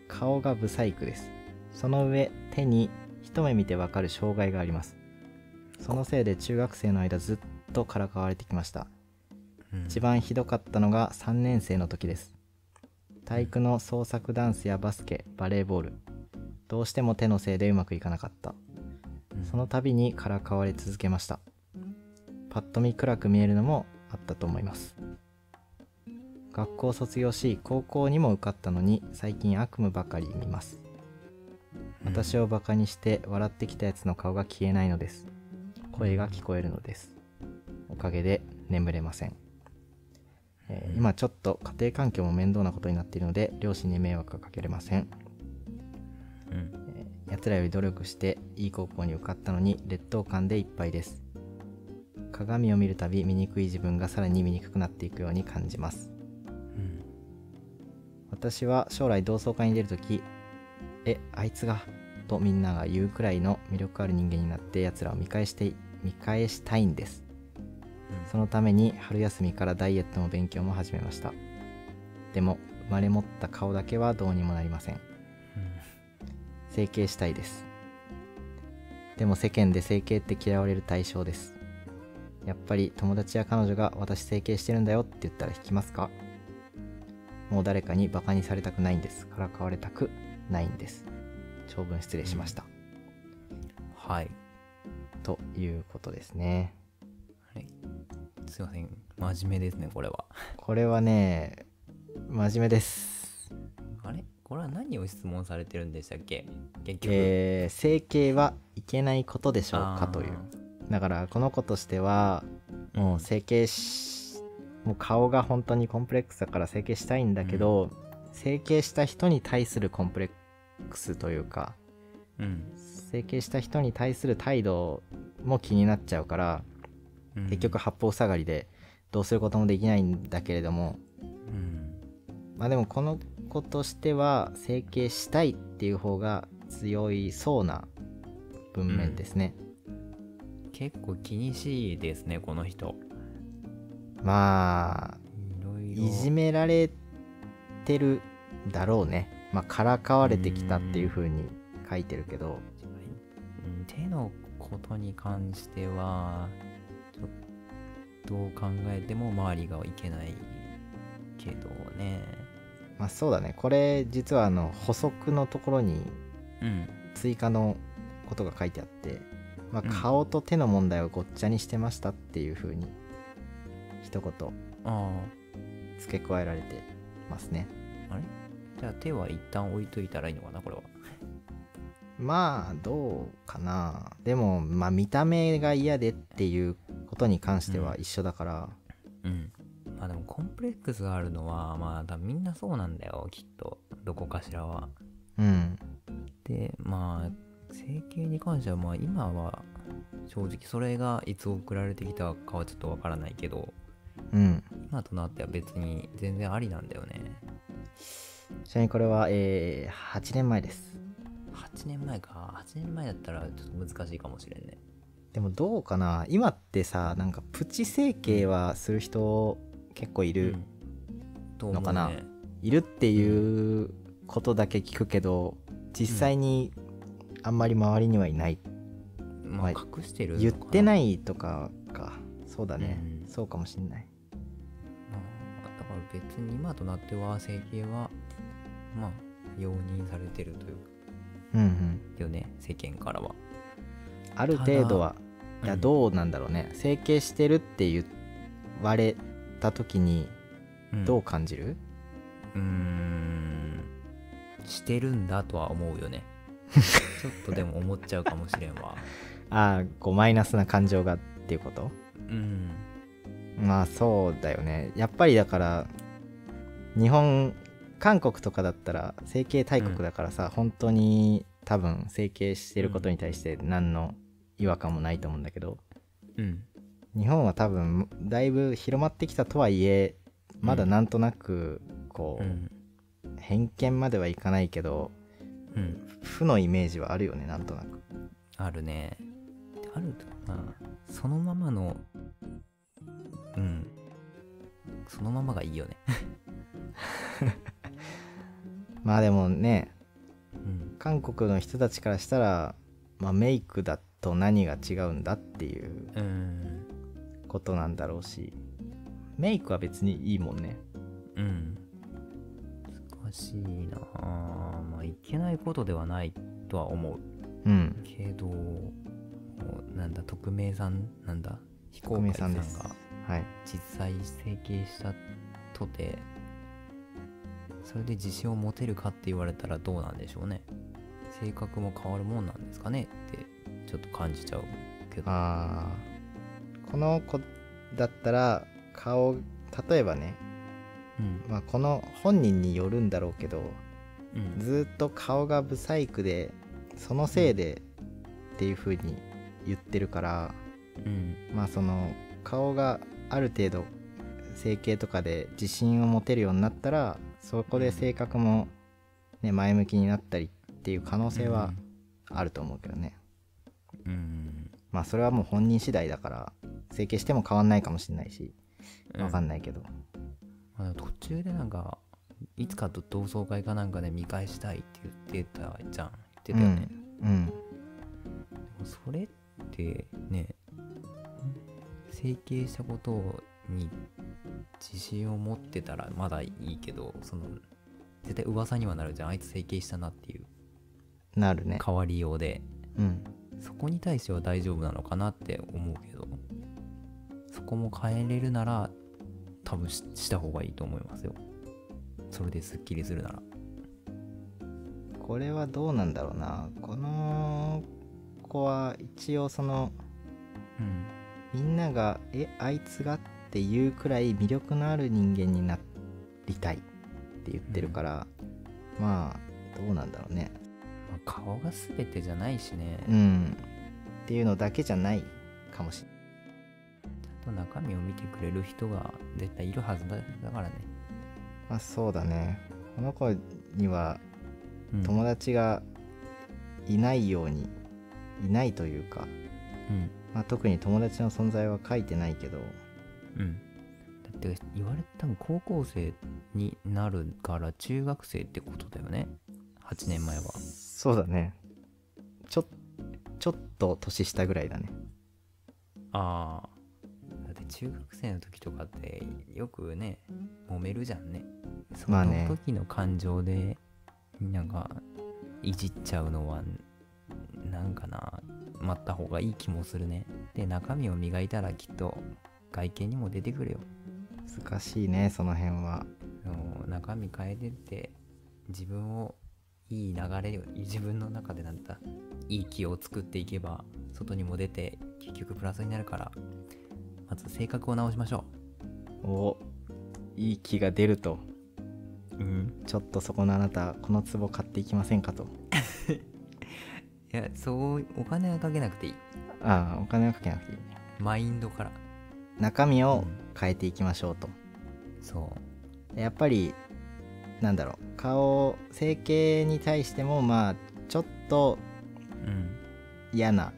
[SPEAKER 1] 顔がブサイクですその上手に一目見てわかる障害がありますそのせいで中学生の間ずっとからかわれてきました
[SPEAKER 2] うん
[SPEAKER 1] 一番ひどかったのが3年生の時です体育の創作ダンスやバスケバレーボールどうしても手のせいでうまくいかなかった
[SPEAKER 2] うん
[SPEAKER 1] その度にからかわれ続けましたパッと見暗く見えるのもあったと思います学校を卒業し高校にも受かったのに最近悪夢ばかり見ます
[SPEAKER 2] うん
[SPEAKER 1] 私をバカにして笑ってきたやつの顔が消えないのです声が聞こえるのですおかげで眠れません、えー
[SPEAKER 2] うん
[SPEAKER 1] 今ちょっと家庭環境も面倒なことになっているので両親に迷惑がかけれません
[SPEAKER 2] うん
[SPEAKER 1] やつらより努力していい高校に受かったのに劣等感でいっぱいです鏡を見るたび醜い自分がさらに醜くなっていくように感じます
[SPEAKER 2] うん
[SPEAKER 1] 私は将来同窓会に出るとき「えあいつが」とみんなが言うくらいの魅力ある人間になってやつらを見返して見返したいんですそのために春休みからダイエットも勉強も始めましたでも生まれ持った顔だけはどうにもなりません整形したいですでも世間で整形って嫌われる対象ですやっぱり友達や彼女が私整形してるんだよって言ったら引きますかもう誰かにバカにされたくないんですからかわれたくないんです長文失礼しました、
[SPEAKER 2] うんはい
[SPEAKER 1] ということですね
[SPEAKER 2] すいません真面目ですねこれは
[SPEAKER 1] これはね真面目です
[SPEAKER 2] あれこれは何を質問されてるんでしたっけ結局、
[SPEAKER 1] えー整形はいけないことでしょう
[SPEAKER 2] あ
[SPEAKER 1] か
[SPEAKER 2] ー
[SPEAKER 1] というだからこの子としてはもう整形しもう顔が本当にコンプレックスだから整形したいんだけど、整形した人に対するコンプレックスというか
[SPEAKER 2] うん、
[SPEAKER 1] 整形した人に対する態度も気になっちゃうから
[SPEAKER 2] うん
[SPEAKER 1] 結局八方下がりでどうすることもできないんだけれども
[SPEAKER 2] うん
[SPEAKER 1] まあでもこの子としては整形したいっていう方が強いそうな文面ですね、
[SPEAKER 2] 結構気にしいですねこの人
[SPEAKER 1] まあ
[SPEAKER 2] いろいろ
[SPEAKER 1] いじめられてるだろうねまあからかわれてきたっていう風に書いてるけど
[SPEAKER 2] うん手のことに関してはちょっとどう考えても周りがいけないけどね
[SPEAKER 1] まあそうだねこれ実はあの補足のところに
[SPEAKER 2] うん
[SPEAKER 1] 追加のことが書いてあって、まあ、
[SPEAKER 2] うん
[SPEAKER 1] 顔と手の問題をごっちゃにしてましたっていう風に一言
[SPEAKER 2] あ
[SPEAKER 1] 付け加えられてますね
[SPEAKER 2] ああれじゃあ手は一旦置いといたらいいのかなこれは
[SPEAKER 1] まあどうかなでもまあ見た目が嫌でっていうことに関しては一緒だから、
[SPEAKER 2] うんまあでもコンプレックスがあるのはまあだみんなそうなんだよきっとどこかしらは
[SPEAKER 1] うん
[SPEAKER 2] でまあ整形に関してはまあ今は正直それがいつ送られてきたかはちょっとわからないけど
[SPEAKER 1] うん
[SPEAKER 2] 今となっては別に全然ありなんだよね
[SPEAKER 1] ちなみにこれは、えー8年前です
[SPEAKER 2] 8年前か8年前だったらちょっと難しいかもしれんね
[SPEAKER 1] でもどうかな今ってさなんかプチ整形はする人結構いる、
[SPEAKER 2] うんと思うね
[SPEAKER 1] のかないるっていうことだけ聞くけど実際にあんまり周りにはいない、
[SPEAKER 2] まあ
[SPEAKER 1] まあ
[SPEAKER 2] 隠してるのか、
[SPEAKER 1] 言ってないいとかかそうだね、
[SPEAKER 2] うん
[SPEAKER 1] そうかもしんない
[SPEAKER 2] まあだから別に今となっては整形はまあ容認されてるという
[SPEAKER 1] うんうん
[SPEAKER 2] よね世間からは
[SPEAKER 1] ある程度はい
[SPEAKER 2] ただう
[SPEAKER 1] や
[SPEAKER 2] ん
[SPEAKER 1] どうなんだろうね、整形してるって言われた時にどう感じる、
[SPEAKER 2] うーんしてるんだとは思う
[SPEAKER 1] *laughs*
[SPEAKER 2] よねちょっとでも思っちゃうかもしれんわ
[SPEAKER 1] ああこうマイナスな感情がっていうこと
[SPEAKER 2] うん
[SPEAKER 1] まあそうだよねやっぱりだから日本韓国とかだったら整形大国だからさ、本当に多分整形してることに対して何の違和感もないと思うんだけど
[SPEAKER 2] うん
[SPEAKER 1] 日本は多分だいぶ広まってきたとはいえまだなんとなくこ
[SPEAKER 2] う
[SPEAKER 1] う、
[SPEAKER 2] ん
[SPEAKER 1] 偏見まではいかないけど
[SPEAKER 2] うん
[SPEAKER 1] 負のイメージはあるよねなんとなく
[SPEAKER 2] あるねあるかなそのままのうんそのままがいいよね
[SPEAKER 1] まあでもね
[SPEAKER 2] うん
[SPEAKER 1] 韓国の人たちからしたら、まあ、メイクだと何が違うんだっていう
[SPEAKER 2] うん
[SPEAKER 1] ことなんだろうしメイクは別にいいもんね
[SPEAKER 2] うん難しいなあまあいけないことではないとは思う
[SPEAKER 1] うん
[SPEAKER 2] けどもうなんだ匿名さんなんだ非公
[SPEAKER 1] 匿
[SPEAKER 2] 開
[SPEAKER 1] 名
[SPEAKER 2] さ
[SPEAKER 1] さ
[SPEAKER 2] ん
[SPEAKER 1] ん
[SPEAKER 2] が
[SPEAKER 1] ですはい
[SPEAKER 2] 実際整形したとてそれで自信を持てるかって言われたらどうなんでしょうね性格も変わるもんなんですかねってちょっと感じちゃうけど
[SPEAKER 1] あーこの子だったら顔例えばね、
[SPEAKER 2] うん
[SPEAKER 1] まあ、この本人によるんだろうけど
[SPEAKER 2] うん
[SPEAKER 1] ずーっと顔が不細工でそのせいでっていう風に言ってるから
[SPEAKER 2] うん
[SPEAKER 1] まあその顔がある程度整形とかで自信を持てるようになったらそこで性格も、ね、前向きになったりっていう可能性はあると思うけどね、
[SPEAKER 2] うん
[SPEAKER 1] まあそれはもう本人次第だから整形しても変わんないかもしれないし
[SPEAKER 2] うん
[SPEAKER 1] 分かんないけど、
[SPEAKER 2] まあ途中でなんかいつかと同窓会かなんかで見返したいって言ってたじゃん言ってたよね、
[SPEAKER 1] うん、うん
[SPEAKER 2] でもそれってね整形したことに自信を持ってたらまだいいけどその絶対噂にはなるじゃんあいつ整形したなっていう
[SPEAKER 1] なるね
[SPEAKER 2] 変わりようで
[SPEAKER 1] うん
[SPEAKER 2] そこに対しては大丈夫なのかなって思うけどそこも変えれるなら多分しした方がいいと思いますよそれですっきりするなら
[SPEAKER 1] これはどうなんだろうなこの子は一応その
[SPEAKER 2] うん
[SPEAKER 1] みんなが「えあいつが?」ってっていうくらい魅力のある人間になりたいって言ってるから、まあどうなんだろうね
[SPEAKER 2] まあ顔が全てじゃないしね、
[SPEAKER 1] う
[SPEAKER 2] ち
[SPEAKER 1] んっていうのだけじゃないかもしれない
[SPEAKER 2] ゃんと中身を見てくれる人が絶対いるはずだだからね、
[SPEAKER 1] まあそうだねこの子には
[SPEAKER 2] うん
[SPEAKER 1] 友達がいないようにいないというか、
[SPEAKER 2] うん
[SPEAKER 1] まあ、特に友達の存在は書いてないけど
[SPEAKER 2] うんだって言われたの高校生になるから中学生ってことだよね8年前は
[SPEAKER 1] そうだねちょちょっと年下ぐらいだね
[SPEAKER 2] ああだって中学生の時とかってよくね揉めるじゃんねそ
[SPEAKER 1] まあ
[SPEAKER 2] の
[SPEAKER 1] ね
[SPEAKER 2] 時の感情でなんかいじっちゃうのはなんかな待った方がいい気もするねで中身を磨いたらきっと外見にも出てくるよ
[SPEAKER 1] 難しいねその辺は
[SPEAKER 2] あの中身変えてって自分をいい流れを自分の中でなんだいい気を作っていけば外にも出て結局プラスになるからまず性格を直しましょ
[SPEAKER 1] おいい気が出ると
[SPEAKER 2] ううん
[SPEAKER 1] ちょっとそこのあなたこの壺買っていきませんかと
[SPEAKER 2] いやそうお金はかけなくていい
[SPEAKER 1] ああお金はかけなくていい
[SPEAKER 2] マインドから
[SPEAKER 1] 中身を変えていきましょうと
[SPEAKER 2] そ
[SPEAKER 1] やっぱりなんだろう顔整形に対してもまあちょっと
[SPEAKER 2] ううん
[SPEAKER 1] 嫌な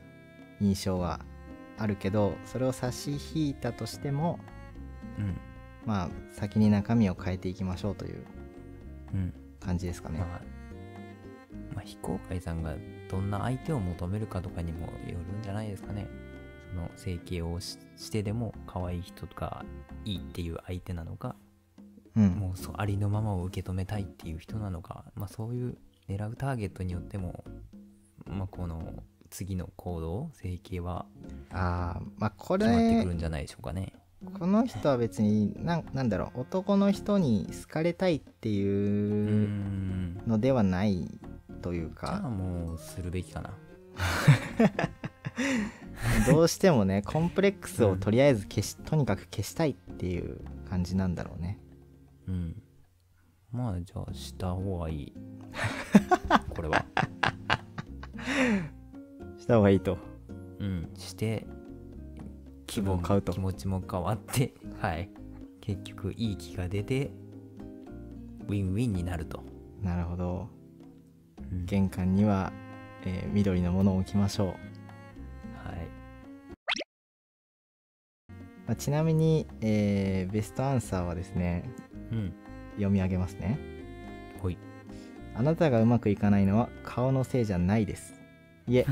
[SPEAKER 1] 印象はあるけどそれを差し引いたとしても
[SPEAKER 2] うん
[SPEAKER 1] まあ先に中身を変えていきましょうという
[SPEAKER 2] うん
[SPEAKER 1] 感じですかね
[SPEAKER 2] まあ、まあ、非公開さんがどんな相手を求めるかとかにもよるんじゃないですかね。その整形をししてでも可愛い人とかいいっていう相手なのか、
[SPEAKER 1] うん
[SPEAKER 2] もうそうありのままを受け止めたいっていう人なのか、まあ、そういう狙うターゲットによっても、まあ、この次の行動整形は
[SPEAKER 1] ああまあこ
[SPEAKER 2] 決まって
[SPEAKER 1] れ
[SPEAKER 2] くるんじゃないでしょうかね。
[SPEAKER 1] この人は別になんなんだろう男の人に好かれたいって
[SPEAKER 2] うー
[SPEAKER 1] いうんのではないという
[SPEAKER 2] じゃあ
[SPEAKER 1] か
[SPEAKER 2] もうするべきかな。
[SPEAKER 1] どうしても *laughs* ねコンプレックスをとりあえず消しとにかく消したいっていう感じなんだろうね
[SPEAKER 2] うん。まあじゃあした方がいい。これは。
[SPEAKER 1] した方がいいと
[SPEAKER 2] うん、して
[SPEAKER 1] 希望を買うと
[SPEAKER 2] 気持ちも変わって *laughs* はい結局いい気が出てウィンウィンになると、
[SPEAKER 1] なるほど
[SPEAKER 2] うんはい
[SPEAKER 1] 玄関には、えー緑のものを置きましょうまあちなみに、えーベストアンサーはですね
[SPEAKER 2] うん
[SPEAKER 1] 読み上げますね
[SPEAKER 2] ほい
[SPEAKER 1] あなたがうまくいかないのは顔のせいじゃないですいえ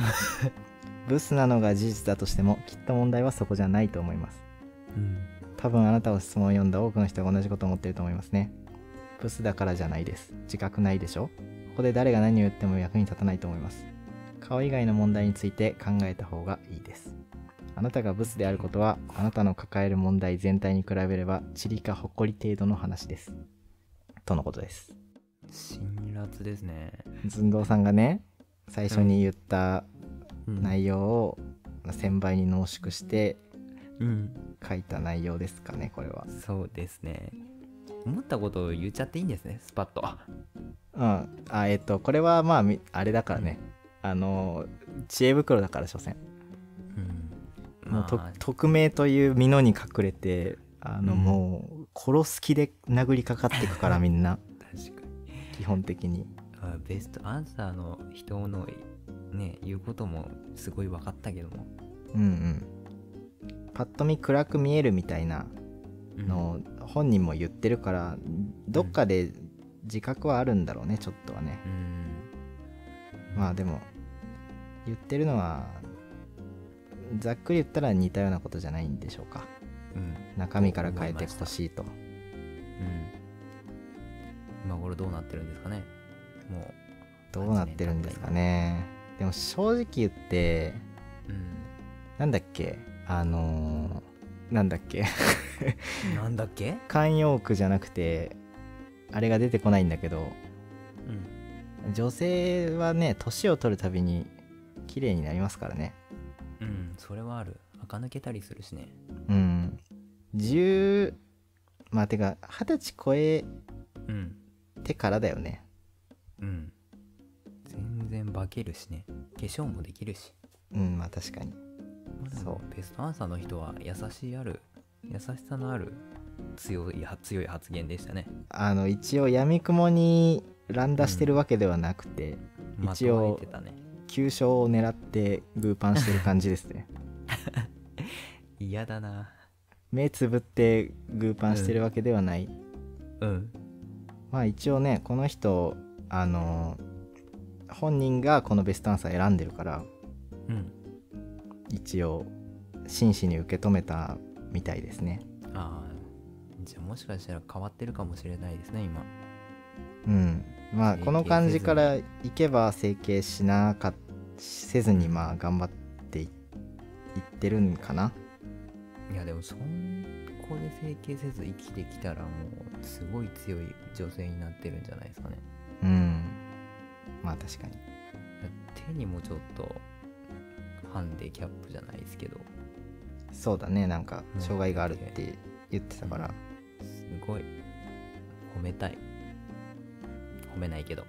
[SPEAKER 1] ブスなのが事実だとしてもきっと問題はそこじゃないと思います
[SPEAKER 2] うん
[SPEAKER 1] 多分あなたの質問を読んだ多くの人が同じことを思ってると思いますねブスだからじゃないです自覚ないでしょここで誰が何を言っても役に立たないと思います顔以外の問題について考えた方がいいですあなたがブスであることはあなたの抱える問題全体に比べれば塵か埃程度の話ですとのことです
[SPEAKER 2] 辛辣ですね、
[SPEAKER 1] 寸胴さんがね最初に言った
[SPEAKER 2] うん、い、
[SPEAKER 1] 内容を1000倍に濃縮して
[SPEAKER 2] うん、
[SPEAKER 1] 書いた内容ですかねこれは
[SPEAKER 2] そうですね思ったことを言っちゃっていいんですねスパッとあ
[SPEAKER 1] うんあえっ、とこれはまあみあれだからねあの知恵袋だから所詮
[SPEAKER 2] うん
[SPEAKER 1] もう
[SPEAKER 2] ま
[SPEAKER 1] と
[SPEAKER 2] あ
[SPEAKER 1] 匿名という美濃に隠れてあの、
[SPEAKER 2] うん
[SPEAKER 1] もう殺す気で殴りかかってくから
[SPEAKER 2] *laughs*
[SPEAKER 1] みんな
[SPEAKER 2] 確かに
[SPEAKER 1] 基本的に
[SPEAKER 2] あベストアンサーの人のね言うこともすごい分かったけども、
[SPEAKER 1] うんうんパッと見暗く見えるみたいな
[SPEAKER 2] うん
[SPEAKER 1] のを本人も言ってるからどっかで自覚はあるんだろうねちょっとはね
[SPEAKER 2] うん
[SPEAKER 1] まあでも言ってるのはざっくり言ったら似たようなことじゃないんでしょうか
[SPEAKER 2] うん
[SPEAKER 1] 中身から変えてほしいと
[SPEAKER 2] うん今頃どうなってるんですかねもう
[SPEAKER 1] どうなってるんですかねでも正直言って
[SPEAKER 2] うん
[SPEAKER 1] なんだっけあのーなんだっけ *laughs*
[SPEAKER 2] なんだっけ
[SPEAKER 1] 慣用句じゃなくてあれが出てこないんだけど
[SPEAKER 2] うん
[SPEAKER 1] 女性はね年を取るたびに綺麗になりますからね
[SPEAKER 2] うんそれはある垢抜けたりするしね
[SPEAKER 1] うん10まあてか二十歳超え
[SPEAKER 2] うん
[SPEAKER 1] てからだよね
[SPEAKER 2] うん全然化けるしね化粧もできるし、
[SPEAKER 1] うんまあ確かに
[SPEAKER 2] まあでも
[SPEAKER 1] そ
[SPEAKER 2] ベストアンサーの人は優しいある優しさのある強いは強い発言でしたね
[SPEAKER 1] あの一応闇雲に乱打してるわけではなくて、
[SPEAKER 2] ま
[SPEAKER 1] 一応
[SPEAKER 2] とわえてたね
[SPEAKER 1] 急所を狙ってグーパンしてる感じです
[SPEAKER 2] *laughs*
[SPEAKER 1] ね
[SPEAKER 2] 嫌だな
[SPEAKER 1] 目つぶってグーパンしてるわけではない、
[SPEAKER 2] うん
[SPEAKER 1] まあ一応ねこの人あの本人がこのベストアンサー選んでるから
[SPEAKER 2] うん
[SPEAKER 1] 一応真摯に受け止めたみたいですね
[SPEAKER 2] ああじゃあもしかしたら変わってるかもしれないですね今
[SPEAKER 1] うんまあ
[SPEAKER 2] 整形
[SPEAKER 1] この感じからいけば整形しなかっせずにまあ頑張っていいってるんかない
[SPEAKER 2] やでもそんこで整形せず生きてきたらもうすごい強い女性になってるんじゃないですかね
[SPEAKER 1] うんまあ確かに
[SPEAKER 2] 手にもちょっとハンデキャップじゃないですけど
[SPEAKER 1] そうだねなんか
[SPEAKER 2] うん
[SPEAKER 1] 障害があるって言ってたから、
[SPEAKER 2] すごい褒めたい褒めないけど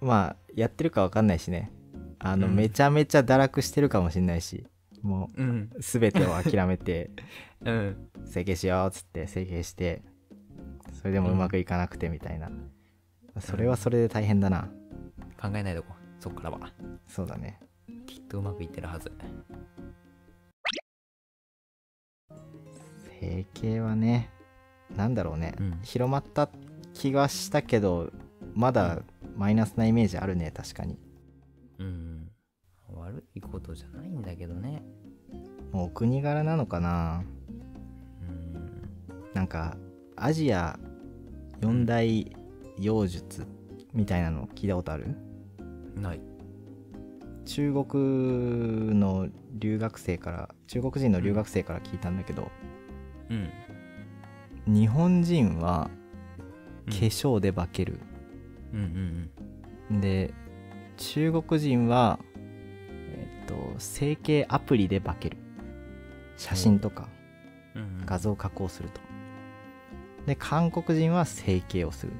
[SPEAKER 1] まあやってるかわかんないしねあの、
[SPEAKER 2] うん
[SPEAKER 1] めちゃめちゃ堕落してるかもしんないしも
[SPEAKER 2] うん
[SPEAKER 1] う全てを諦めて *laughs*
[SPEAKER 2] うん
[SPEAKER 1] 整形しようっつって整形してそれでもうまくいかなくてみたいな、それはそれで大変だな
[SPEAKER 2] 考えないとこそっからは
[SPEAKER 1] そうだね
[SPEAKER 2] きっとうまくいってるはず
[SPEAKER 1] 整形はねなんだろうね、
[SPEAKER 2] うん
[SPEAKER 1] 広まった気がしたけどまだマイナスなイメージあるね確かに
[SPEAKER 2] うん悪いことじゃないんだけどね
[SPEAKER 1] もうお国柄なのかな
[SPEAKER 2] うん
[SPEAKER 1] なんかアジア四大妖術みたいなの聞いたことある
[SPEAKER 2] ない
[SPEAKER 1] 中国の留学生から中国人の留学生から聞いたんだけど、
[SPEAKER 2] うん
[SPEAKER 1] 日本人は
[SPEAKER 2] う
[SPEAKER 1] 化
[SPEAKER 2] ん
[SPEAKER 1] 粧で化ける、
[SPEAKER 2] うんうん
[SPEAKER 1] で中国人はえっと整形アプリで化ける写真とか
[SPEAKER 2] うんうんうん
[SPEAKER 1] 画像加工すると、で韓国人は整形をする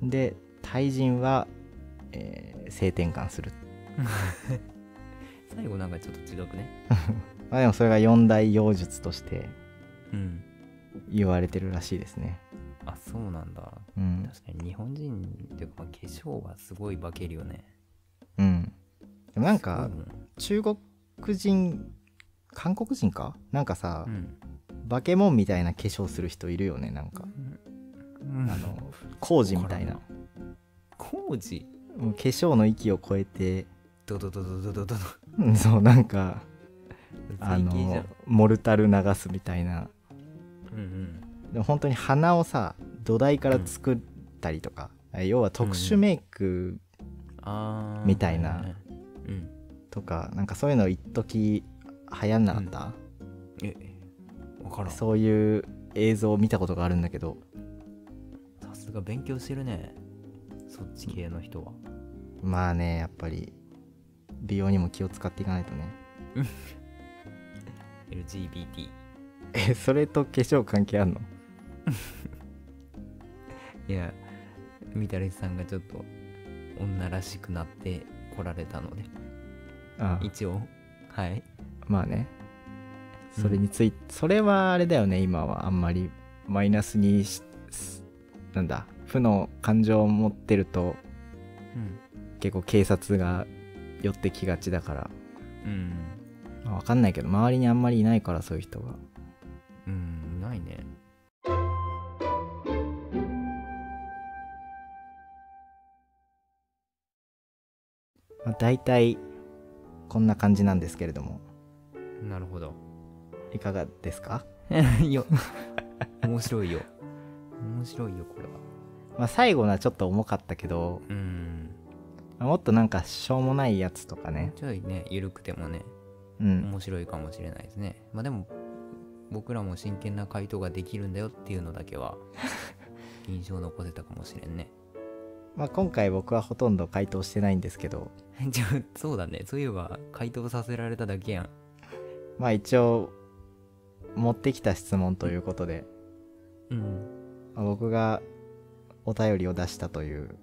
[SPEAKER 2] うん
[SPEAKER 1] でタイ人は、えー性転換する
[SPEAKER 2] 最後なんかちょっと違くね
[SPEAKER 1] まあでもそれが四大妖術として
[SPEAKER 2] うん
[SPEAKER 1] 言われてるらしいですね
[SPEAKER 2] あそうなんだ
[SPEAKER 1] うん、
[SPEAKER 2] 確かに日本人っていうかまあ化粧はすごい化けるよね
[SPEAKER 1] うん、でもなん
[SPEAKER 2] う
[SPEAKER 1] か
[SPEAKER 2] ん
[SPEAKER 1] 中国人韓国人かなんかさ、
[SPEAKER 2] うん
[SPEAKER 1] バケモンみたいな化粧する人いるよねなんか
[SPEAKER 2] うん
[SPEAKER 1] あの工事みたいな
[SPEAKER 2] わから工事
[SPEAKER 1] もう化粧の域を超えて
[SPEAKER 2] ドドドドドドドド
[SPEAKER 1] うんそうなんかあ
[SPEAKER 2] あ
[SPEAKER 1] のモルタル流すみたいな
[SPEAKER 2] うんうん
[SPEAKER 1] でも本当に鼻をさ土台から作ったりとか、要は特殊メイク
[SPEAKER 2] あー
[SPEAKER 1] みたいな
[SPEAKER 2] ははうん
[SPEAKER 1] とか、なんかそういうの一時流行んなかった、
[SPEAKER 2] えわからんさ
[SPEAKER 1] そういう映像を見たことがあるんだけど
[SPEAKER 2] すが勉強してるねそっち系の人は
[SPEAKER 1] まあねやっぱり美容にも気を使っていかないとね
[SPEAKER 2] LGBT
[SPEAKER 1] *laughs* えそれと化粧関係あるの
[SPEAKER 2] いやみたらしさんがちょっと女らしくなって来られたので
[SPEAKER 1] ああ
[SPEAKER 2] 一応はい
[SPEAKER 1] まあねそれについて、それはあれだよね今はあんまりマイナスにしすなんだ負の感情を持ってると
[SPEAKER 2] うん
[SPEAKER 1] 結構警察が寄ってきがちだから、
[SPEAKER 2] うん
[SPEAKER 1] まあ、分かんないけど周りにあんまりいないからそういう人が
[SPEAKER 2] うんないね
[SPEAKER 1] まあ、大体こんな感じなんですけれども
[SPEAKER 2] なるほ *laughs* ど
[SPEAKER 1] いかがですか、
[SPEAKER 2] いや面白いよ面白いよこれは
[SPEAKER 1] まあ、最後のはちょっと重かったけど、
[SPEAKER 2] うん
[SPEAKER 1] まあもっとなんかしょうもないやつとかね
[SPEAKER 2] ちょいね緩くてもね
[SPEAKER 1] うん
[SPEAKER 2] 面白いかもしれないですねまあでも僕らも真剣な *laughs* 回答ができるんだよっていうのだけは印象残せたかもしれんね
[SPEAKER 1] まあ、今回僕はほとんど回答してないんですけど
[SPEAKER 2] じゃあそうだねそういえば回答させられただけやん
[SPEAKER 1] まあ一応持ってきた質問ということで、
[SPEAKER 2] うん
[SPEAKER 1] まあ僕がお便りを出したという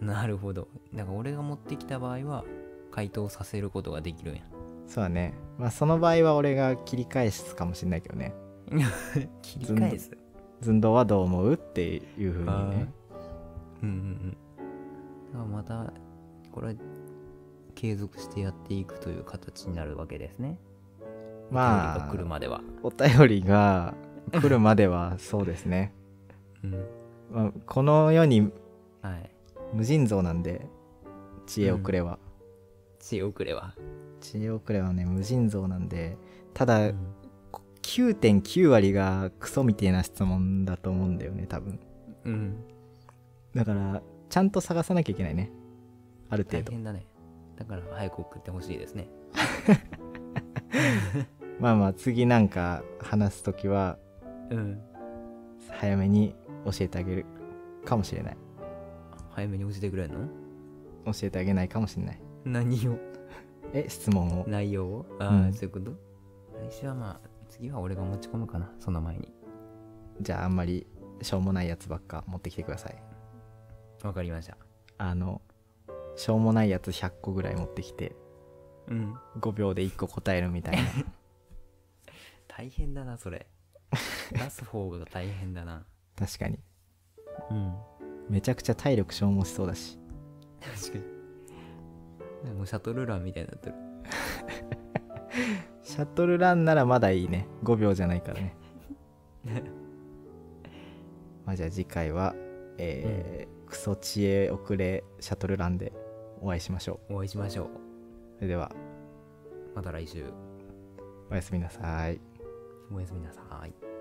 [SPEAKER 2] なるほどだから俺が持ってきた場合は回答させることができるんや
[SPEAKER 1] そうだねまあその場合は俺が切り返すかもしれないけどね
[SPEAKER 2] 切り返す
[SPEAKER 1] 寸胴はどう思うっていう風にね
[SPEAKER 2] うんうんうんだからまたこれ継続してやっていくという形になるわけですねお便り
[SPEAKER 1] ま
[SPEAKER 2] が
[SPEAKER 1] あ
[SPEAKER 2] 来るまでは、
[SPEAKER 1] お便りが来るまでは *laughs* そうですね、
[SPEAKER 2] うん
[SPEAKER 1] まあこの世に
[SPEAKER 2] はい
[SPEAKER 1] 無尽蔵なんで知恵遅れは、
[SPEAKER 2] 知恵遅れは、
[SPEAKER 1] 知恵遅れはね無尽蔵なんでただ
[SPEAKER 2] うん
[SPEAKER 1] こ9.9割がクソみてえな質問だと思うんだよね多分
[SPEAKER 2] うん、
[SPEAKER 1] だからちゃんと探さなきゃいけないねある程
[SPEAKER 2] 大
[SPEAKER 1] 度
[SPEAKER 2] 変だねだから早く送ってほしいですね
[SPEAKER 1] まあまあ次なんか話す時は
[SPEAKER 2] うん
[SPEAKER 1] 早めに教えてあげるかもしれない
[SPEAKER 2] 早めに教えてくれんの
[SPEAKER 1] 教えてあげないかもしれない
[SPEAKER 2] 何を
[SPEAKER 1] え質問を
[SPEAKER 2] 内容をああ、
[SPEAKER 1] うん
[SPEAKER 2] そういうこと来週はまあ次は俺が持ち込むかなその前に
[SPEAKER 1] じゃああんまりしょうもないやつばっか持ってきてください
[SPEAKER 2] わかりました
[SPEAKER 1] あのしょうもないやつ100個ぐらい持ってきて
[SPEAKER 2] うん
[SPEAKER 1] 5秒で1個答えるみたいな
[SPEAKER 2] 大変だなそれ出す方が大変だな
[SPEAKER 1] 確かに
[SPEAKER 2] うん
[SPEAKER 1] めちゃくちゃ体力消耗しそうだし
[SPEAKER 2] 確かにもうシャトルランみたいになってる
[SPEAKER 1] シャトルランならまだいいね5秒じゃないからね *laughs* まあじゃあ次回は、えークソ知恵遅れシャトルランでお会いしましょう
[SPEAKER 2] お会いしましょう
[SPEAKER 1] それでは
[SPEAKER 2] また来週
[SPEAKER 1] おやすみなさい
[SPEAKER 2] おやすみなさい